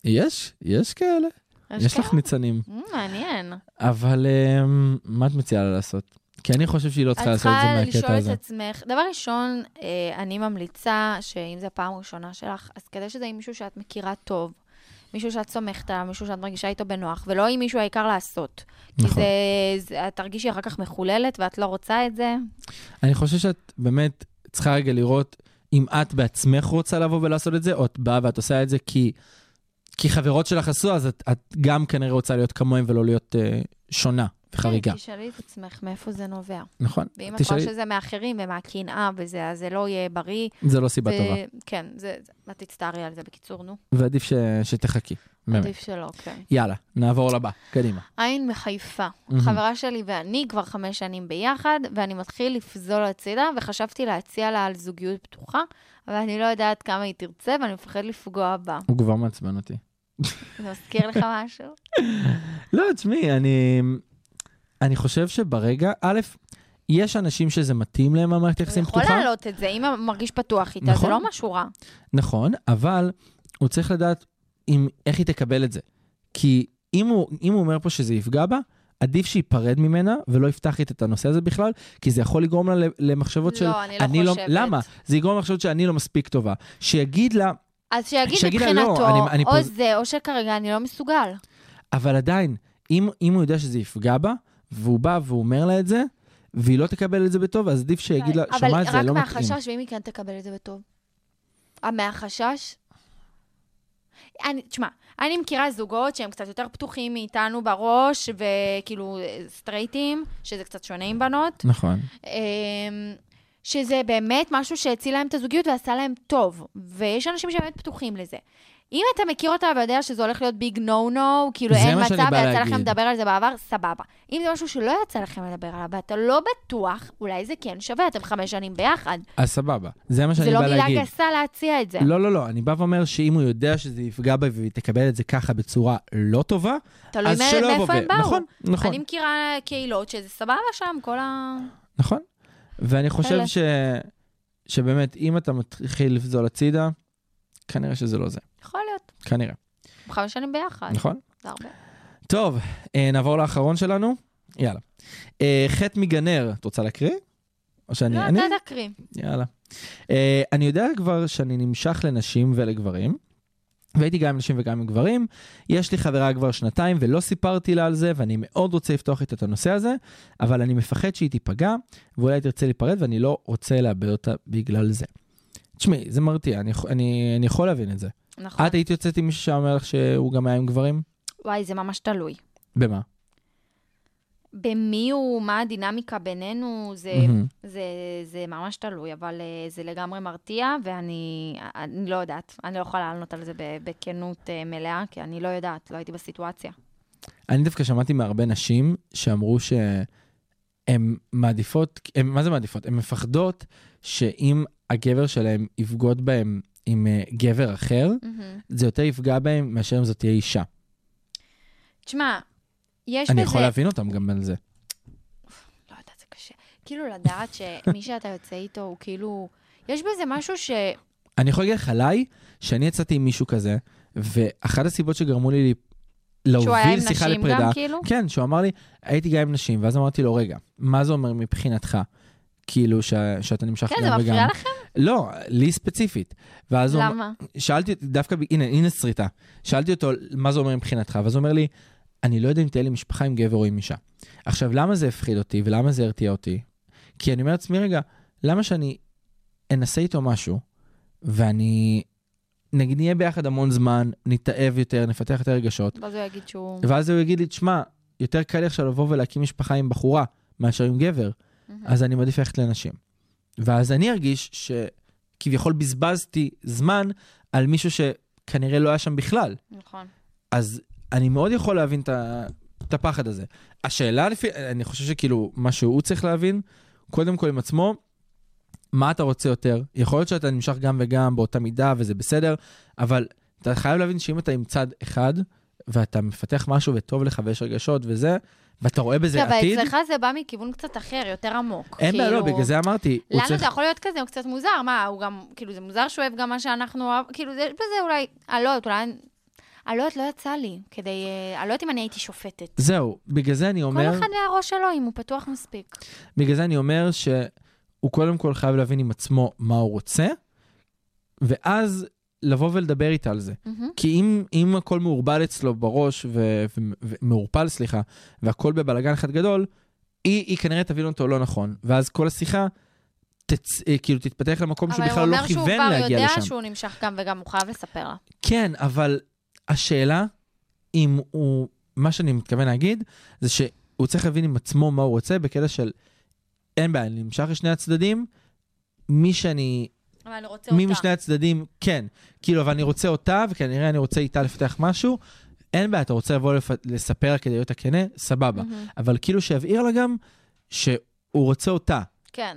S4: יש, יש כאלה, יש לך
S5: כאלה?
S4: ניצנים.
S5: אמ, מעניין.
S4: אבל אמ, מה את מציעה לה לעשות? כי אני חושב שהיא לא
S5: את
S4: צריכה לעשות את זה
S5: צריכה
S4: מהקטע
S5: לשאול
S4: הזה.
S5: את עצמך, דבר ראשון, אה, אני ממליצה שאם זו הפעם הראשונה שלך, אז כדאי שזה עם מישהו שאת מכירה טוב, מישהו שאת סומכת עליו, מישהו שאת מרגישה איתו בנוח, ולא עם מישהו העיקר לעשות. כי
S4: נכון.
S5: זה, זה, את תרגישי אחר כך מחוללת ואת לא רוצה את זה.
S4: אני חושב שאת באמת צריכה רגע לראות אם את בעצמך רוצה לבוא ולעשות את זה, או את באה ואת עושה את זה כי, כי חברות שלך עשו, אז את, את גם כנראה רוצה להיות כמוהם ולא להיות אה, שונה וחריגה.
S5: כן, תשאלי את עצמך מאיפה זה נובע.
S4: נכון?
S5: כן, ואם את
S4: תשאלי,
S5: חושבת שזה מאחרים ומהקנאה וזה, אז זה לא יהיה בריא.
S4: זה לא סיבה
S5: ו-
S4: טובה,
S5: כן, זה, זה- את תצטערי על זה בקיצור, נו.
S4: ועדיף ש, שתחכי. באמת. Mm-hmm.
S5: עדיף שלא, כן.
S4: יאללה, נעבור לבא, קדימה.
S5: עין מחיפה.
S4: מהמם.
S5: חברה שלי ואני כבר חמש שנים ביחד, ואני מתחיל לפזול הצידה, וחשבתי להציע לה על זוגיות פתוחה, אבל אני לא יודעת כמה היא תרצה, ואני מפחד לפגוע בה.
S4: הוא כבר מעצבן אותי.
S5: זה מזכיר לך משהו?
S4: לא, תשמעי, אני, אני חושב שברגע, א', יש אנשים שזה מתאים להם המערכת
S5: הוא
S4: יחסים
S5: יכול
S4: פתוחה.
S5: להעלות את זה, אם הוא מרגיש פתוח איתה, זה
S4: נכון.
S5: לא משהו רע.
S4: נכון, אבל הוא צריך לדעת אם, איך היא תקבל את זה. כי אם הוא, אם הוא אומר פה שזה יפגע בה, עדיף שייפרד ממנה ולא יפתח איתה את הנושא הזה בכלל, כי זה יכול לגרום לה למחשבות של...
S5: לא, אני לא חושבת.
S4: למה? זה יגרום למחשבות שאני לא מספיק טובה. שיגיד לה,
S5: אז שיגיד
S4: שיגיד לה, "לא,
S5: מבחינתו,
S4: אני- אני
S5: או
S4: פוז-
S5: זה, או שכרגע אני לא מסוגל.
S4: אבל עדיין, אם, אם הוא יודע שזה יפגע בה, והוא בא והוא אומר לה את זה, והיא לא תקבל את זה בטוב, אז עדיף שיגיד לה, שמעת, זה לא
S5: אבל רק
S4: מתאים.
S5: מהחשש, ואם היא כן תקבל את זה בטוב. אה, מהחשש? אני, תשמע, אני מכירה זוגות שהם קצת יותר פתוחים מאיתנו בראש, וכאילו אה, סטרייטים, שזה קצת שונה עם בנות,
S4: נכון.
S5: אמ, שזה באמת משהו שהציל להם את הזוגיות ועשה להם טוב, ויש אנשים שבאמת פתוחים לזה. אם אתה מכיר אותה ויודע שזה הולך להיות ביג נו נו, כאילו
S4: זה
S5: אין
S4: מה שאני
S5: מצב
S4: בא
S5: ויצא
S4: להגיד.
S5: לכם לדבר על זה בעבר, סבבה. אם זה משהו שלא יצא לכם לדבר עליו ואתה לא בטוח, אולי זה כן שווה, אתם חמש שנים ביחד.
S4: אז סבבה, זה מה שאני
S5: זה
S4: בא
S5: לא
S4: להגיד.
S5: מילה גסה להציע את זה.
S4: לא, לא, לא, אני בא ואומר שאם הוא יודע שזה יפגע בה והיא תקבל את זה ככה בצורה לא טובה,
S5: תלוי
S4: אז
S5: מא-
S4: שלא יבוא
S5: מאיפה
S4: ו-
S5: הם באו.
S4: נכון, נכון,
S5: אני מכירה קהילות שזה סבבה שם, כל ה...
S4: נכון. ואני חושב
S5: אלה.
S4: ש... שבאמת, אם אתה מתחיל לפזול הצידה, כנראה שזה לא זה.
S5: יכול להיות.
S4: כנראה,
S5: הם חמש שנים ביחד.
S4: נכון?
S5: זה הרבה.
S4: טוב, אה, נעבור לאחרון שלנו? יאללה. אה, חטא מגנר, את רוצה להקריא? או שאני...
S5: לא,
S4: אני?
S5: אתה תקריא.
S4: יאללה. Uh, אני יודע כבר שאני נמשך לנשים ולגברים, והייתי גם עם נשים וגם עם גברים. יש לי חברה כבר שנתיים ולא סיפרתי לה על זה, ואני מאוד רוצה לפתוח איתה את הנושא הזה, אבל אני מפחד שהיא תיפגע, ואולי תרצה להיפרד, ואני לא רוצה לאבד אותה בגלל זה. תשמעי, זה מרתיע, אני, יכול- אני, אני יכול להבין את זה.
S5: נכון.
S4: את היית יוצאת עם מישהו שאומר לך שהוא גם היה עם גברים?
S5: וואי, זה ממש תלוי.
S4: במה?
S5: במי הוא, מה הדינמיקה בינינו, זה...
S4: מהמם.
S5: זה, זה ממש תלוי, אבל אה, זה לגמרי מרתיע, ואני אני לא יודעת. אני לא יכולה לענות על זה ב- בכנות אה, מלאה, כי אני לא יודעת, לא הייתי בסיטואציה.
S4: אני דווקא שמעתי מהרבה נשים שאמרו שהן מעדיפות, הם, מה זה מעדיפות? הן מפחדות שאם הגבר שלהן יבגוד בהן עם אה, גבר אחר,
S5: מהמם.
S4: זה יותר יפגע בהן מאשר אם זאת תהיה אישה.
S5: תשמע, יש
S4: אני
S5: בזה...
S4: יכול להבין אותם גם על זה.
S5: לא יודעת, זה קשה. כאילו לדעת שמי שאתה יוצא איתו הוא כאילו... יש בזה משהו ש...
S4: אני יכול להגיד לך עליי, שאני יצאתי עם מישהו כזה, ואחת הסיבות שגרמו לי
S5: שהוא היה עם
S4: להוביל שיחה
S5: נשים
S4: לפרידה,
S5: גם, כאילו?
S4: כן, שהוא אמר לי, הייתי גם עם נשים, ואז אמרתי לו, רגע, מה זה אומר מבחינתך? כאילו, ש... שאתה נמשך
S5: כן,
S4: גם
S5: זה
S4: וגם.
S5: מפריע לכם?
S4: לא, לי ספציפית. ואז הוא אמר-
S5: למה?
S4: שאלתי, אותו- דווקא, ב- הנה, הנה שריטה. שאלתי אותו, מה זה אומר מבחינתך? ואז הוא אומר לי, אני לא יודע אם תהיה לי משפחה עם גבר או עם אישה. עכשיו, למה זה הפחיד אותי ולמה זה הרתיע אותי? כי אני אומר לעצמי, רגע, למה שאני אנסה איתו משהו, ואני, נגיד, נהיה ביחד המון זמן, נתאהב יותר, נפתח יותר רגשות,
S5: ואז הוא יגיד שהוא...
S4: ואז הוא יגיד לי, תשמע, יותר קל לי עכשיו לבוא ולהקים משפחה עם בחורה מאשר עם גבר,
S5: מהמם.
S4: אז אני מעדיף ללכת לנשים. ואז אני ארגיש שכביכול בזבזתי זמן על מישהו שכנראה לא היה שם בכלל.
S5: נכון.
S4: אז אני מאוד יכול להבין את ה- את הפחד הזה. השאלה לפי, אני חושב שכאילו, מה שהוא צריך להבין, קודם כל עם עצמו, מה אתה רוצה יותר? יכול להיות שאתה נמשך גם וגם באותה מידה וזה בסדר, אבל אתה חייב להבין שאם אתה עם צד אחד, ואתה מפתח משהו וטוב לך ויש רגשות וזה, ואתה רואה בזה
S5: כן, אבל
S4: עתיד,
S5: אצלך זה בא מכיוון קצת אחר, יותר עמוק.
S4: אין בעיה, לא,
S5: כאילו,
S4: בגלל זה אמרתי, הוא
S5: לנו
S4: צריך...
S5: זה יכול להיות כזה, הוא קצת מוזר, מה, הוא גם, כאילו, זה מוזר שהוא אוהב גם מה שאנחנו אוהב, כאילו, זה- יש בזה אולי, אני לא יודעת, אולי, אני לא יודעת, לא יצא לי, כדי, אה, אני לא יודעת אם אני הייתי שופטת.
S4: זהו, בגלל זה אני אומר,
S5: כל אחד והראש שלו, אם הוא פתוח מספיק.
S4: בגלל זה אני אומר שהוא קודם כל חייב להבין עם עצמו מה הוא רוצה, ואז לבוא ולדבר איתה על זה.
S5: מהמם.
S4: כי אם, אם הכל מעורבל אצלו בראש, ו- ו- מעורפל, סליחה, והכל בבלגן אחד גדול, היא, היא כנראה תבין אותו לא נכון, ואז כל השיחה תצ... אה, כאילו תתפתח למקום שהוא בכלל לא
S5: אבל הוא
S4: כיוון
S5: אומר שהוא כבר
S4: להגיע
S5: יודע
S4: לשם.
S5: שהוא נמשך גם וגם, הוא חייב לספר לה.
S4: כן, אבל השאלה אם הוא, מה שאני מתכוון להגיד, זה שהוא צריך להבין עם עצמו מה הוא רוצה, בקטע של אין בעיה, אני נמשך לשני הצדדים, מי שאני,
S5: אבל אני רוצה
S4: מי
S5: אותה.
S4: משני הצדדים, כן. כאילו, אבל אני רוצה אותה, וכנראה אני רוצה איתה לפתח משהו, אין בעיה, אתה רוצה לבוא לפ... לספר לה כדי להיות הכנה, סבבה.
S5: מהמם.
S4: אבל כאילו שיבהיר לה גם שהוא רוצה אותה.
S5: כן,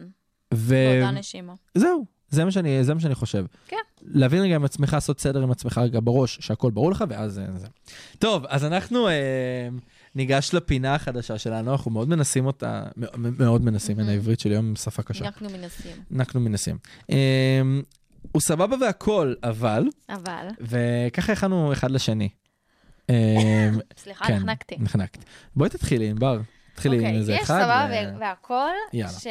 S4: ו...
S5: באותה נשימה.
S4: זהו, זה מה שאני, זה מה שאני חושב.
S5: כן.
S4: להבין רגע עם עצמך, לעשות סדר עם עצמך רגע בראש, שהכל ברור לך, ואז אה, זה. טוב, אז אנחנו אה, ניגש לפינה החדשה שלנו, אנחנו מאוד מנסים אותה, מא- מאוד מנסים, אין
S5: Mhm.
S4: העברית שלי היום שפה קשה.
S5: אנחנו מנסים.
S4: אנחנו מנסים. אה, הוא סבבה והכל, אבל,
S5: אבל,
S4: וככה הכנו אחד לשני. אה,
S5: סליחה,
S4: כן,
S5: נחנקתי.
S4: נחנקת. בואי תתחילי, ענבר. תתחילי עם
S5: אוקיי,
S4: איזה
S5: יש
S4: אחד. אה,
S5: סבבה
S4: ו-
S5: ו- והכל,
S4: יאללה.
S5: ש...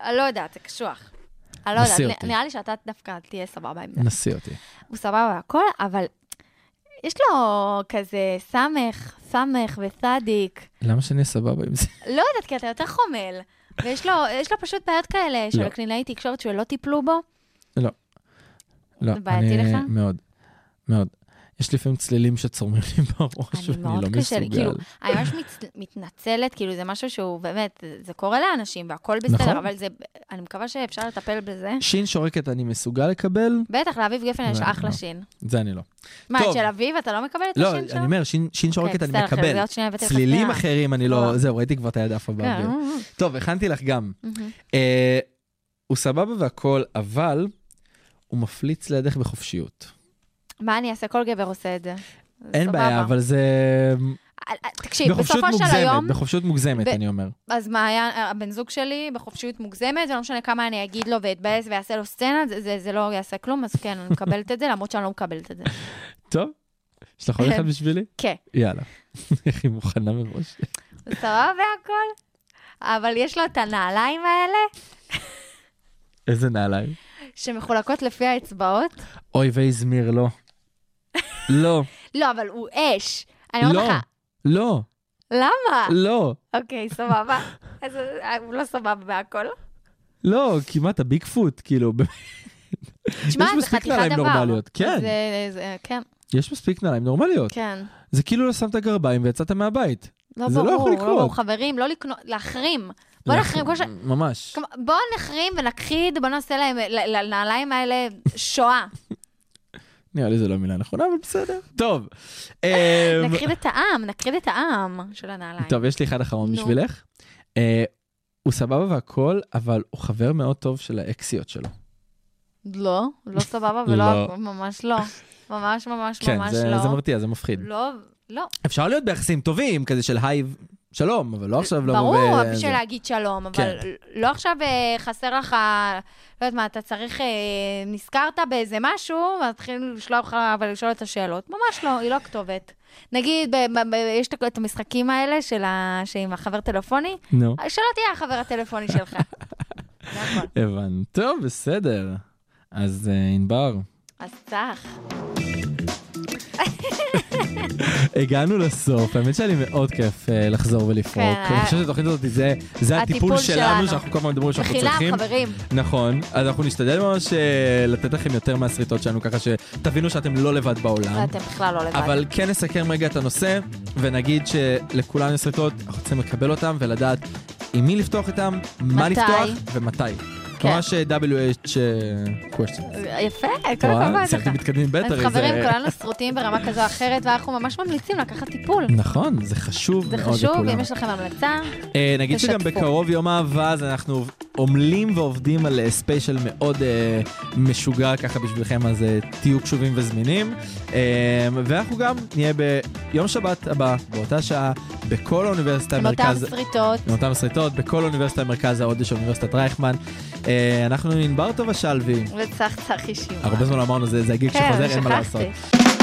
S5: אני לא יודעת, זה קשוח. אני לא יודעת,
S4: נסי
S5: נ-
S4: אותי.
S5: נראה לי שאתה דווקא תהיה סבבה עם זה.
S4: נסי אותי.
S5: הוא סבבה והכל, אבל יש לו כזה סמך, סמך וסדיק.
S4: למה שאני סבבה עם זה?
S5: לא יודעת, כי אתה יותר חומל. ויש לו, יש לו פשוט בעיות כאלה של
S4: לא.
S5: קלינאי תקשורת שלא טיפלו בו.
S4: לא,
S5: זה בעייתי
S4: אני-
S5: לך?
S4: מאוד, מאוד. יש לפעמים צלילים שצורמים לי בראש,
S5: אני
S4: ואני לא
S5: מאוד קשה לי,
S4: מסוגל.
S5: כאילו, אני ממש מצ- מתנצלת, כאילו, זה משהו שהוא באמת, זה קורה לאנשים והכל בסדר,
S4: נכון.
S5: אבל זה, אני מקווה שאפשר לטפל בזה.
S4: שין שורקת אני מסוגל לקבל,
S5: בטח, לאביב גפן יש
S4: לא,
S5: אחלה
S4: לא.
S5: שין.
S4: זה אני לא.
S5: מה,
S4: טוב.
S5: את של אביב אתה לא מקבל את
S4: לא,
S5: השין שלו? כן,
S4: אני אומר, שין- שין שורקת אני
S5: אוקיי, בסדר, אחרי זה
S4: מקבל.
S5: עוד שנייה הבאתי לך
S4: צלילים
S5: שיער.
S4: אחרים אוקיי. אני
S5: וואו.
S4: לא... זהו, ראיתי כבר את היד עפה באוויר.
S5: כן.
S4: טוב, הכנתי לך גם.
S5: מהמם.
S4: אה, הוא סבבה והכל, אבל הוא מפליץ לידך בחופשיות.
S5: מה אני אעשה? כל גבר עושה את זה. זה
S4: אין
S5: סבבה.
S4: בעיה, אבל זה...
S5: אה, אה, תקשיב,
S4: בחופשיות
S5: בסופו של
S4: מוגזמת,
S5: היום,
S4: בחופשיות מוגזמת,
S5: ב-
S4: אני אומר.
S5: אז מה היה, הבן זוג שלי בחופשיות מוגזמת, ולא משנה כמה אני אגיד לו ואתבאס ואעשה לו סצנה, זה- זה- זה לא יעשה כלום, אז כן, אני מקבלת את זה, למרות שאני לא מקבלת את זה.
S4: טוב, יש לך עוד אחד בשבילי?
S5: כן.
S4: יאללה. איך היא מוכנה מראש?
S5: סבבה והכל, אבל יש לו את הנעליים האלה,
S4: איזה נעליים.
S5: שמחולקות לפי האצבעות.
S4: אוי ואיזמיר, לא. לא,
S5: לא, אבל הוא אש. אני אומרת
S4: לא,
S5: לך, אה.
S4: לא,
S5: למה?
S4: לא,
S5: אוקיי, סבבה. אז אה, הוא לא סבבה בהכל.
S4: לא, כמעט הביג פוט, כאילו, באמת.
S5: תשמע,
S4: יש
S5: זה
S4: מספיק
S5: חתיכת
S4: נעליים
S5: דבר.
S4: נורמליות, כן.
S5: זה- זה- כן,
S4: יש מספיק נעליים נורמליות.
S5: כן.
S4: זה כאילו שמת גרביים ויצאת מהבית.
S5: לא
S4: זה לא
S5: ברור,
S4: יכול לקרות.
S5: ברור, חברים, לא לקנות, להחרים. בוא נחרים, כמו ש...
S4: ממש.
S5: כלומר, בוא נחרים ונכחיד, בוא נעשה להם, ל- לנעליים האלה, שואה.
S4: נראה לי זו לא המילה נכונה, אבל בסדר. טוב. אה,
S5: נקריד את העם, נקריד את העם של הנעליים.
S4: טוב, יש לי אחד אחרון
S5: נו.
S4: בשבילך. אה, הוא סבבה והכל, אבל הוא חבר מאוד טוב של האקסיות שלו.
S5: לא, לא סבבה
S4: לא.
S5: ולא, ממש לא. ממש ממש
S4: כן,
S5: ממש
S4: זה,
S5: לא.
S4: זה מרתיע, זה מפחיד.
S5: לא, לא.
S4: אפשר להיות ביחסים טובים, כזה של היי, שלום, אבל לא עכשיו, לא... כן.
S5: ברור,
S4: ב-
S5: בשביל
S4: זה.
S5: להגיד שלום, אבל לא עכשיו אה, חסר לך, לא יודעת מה, אתה צריך, אה, נזכרת באיזה משהו, מתחילים לשלוח לך ולשאול את השאלות. ממש לא, היא לא הכתובת. נגיד, ב- ב- ב- יש את- את המשחקים האלה של ה- שעם החבר טלפוני,
S4: נו,
S5: שלא תהיה החבר הטלפוני שלך. נכון. זה הכל.
S4: הבנת. טוב, בסדר. אז אה, ענבר,
S5: אז צח.
S4: הגענו לסוף, האמת שהיה לי מאוד כיף אה, לחזור ולפרוק.
S5: כן,
S4: אני
S5: היה-
S4: חושב שהתוכנית הזאת זה, זה הטיפול
S5: הטיפול
S4: שלנו,
S5: שלנו.
S4: שאנחנו כל הזמן מדברים שאנחנו
S5: מחילה,
S4: צריכים.
S5: חברים.
S4: נכון, אז אנחנו נשתדל ממש אה, לתת לכם יותר מהשריטות שלנו, ככה שתבינו שאתם לא לבד בעולם.
S5: ואתם בכלל לא לבד.
S4: אבל כן נסכם רגע את הנושא, ונגיד שלכולנו יש שריטות, אנחנו צריכים לקבל אותן ולדעת עם מי לפתוח איתן, מה
S5: מתי?
S4: לפתוח ומתי.
S5: כן.
S4: ממש אה, WH אה, question.
S5: יפה, כל
S4: רואה?
S5: הכבוד
S4: סרטים
S5: לך.
S4: מתקדמים
S5: אז
S4: בטר.
S5: חברים, כולנו סרוטים ברמה כזו או אחרת, ואנחנו ממש ממליצים לקחת טיפול.
S4: נכון, זה חשוב
S5: זה
S4: מאוד
S5: חשוב,
S4: לכולם.
S5: אם יש לכם המלצה,
S4: אה, נגיד שגם
S5: תשתפו.
S4: בקרוב יום האהבה, אז אנחנו עמלים ועובדים על אה, ספיישל מאוד אה, משוגע ככה בשבילכם, אז אה, תהיו קשובים וזמינים. אה, ואנחנו גם נהיה ביום שבת הבא, באותה שעה, בכל האוניברסיטה
S5: עם אותן
S4: המרכז...
S5: שריטות.
S4: עם אותן שריטות, בכל אוניברסיטה מרכז ההודי של אוניברסיטת רייכמן. אה, אנחנו עם ענבר טובה שלוי.
S5: וצח צחי שמעון.
S4: הרבה זמן לא אמרנו, זה זה הגיג
S5: כן,
S4: שחוזר, אין מה לעשות.
S5: שכחתי.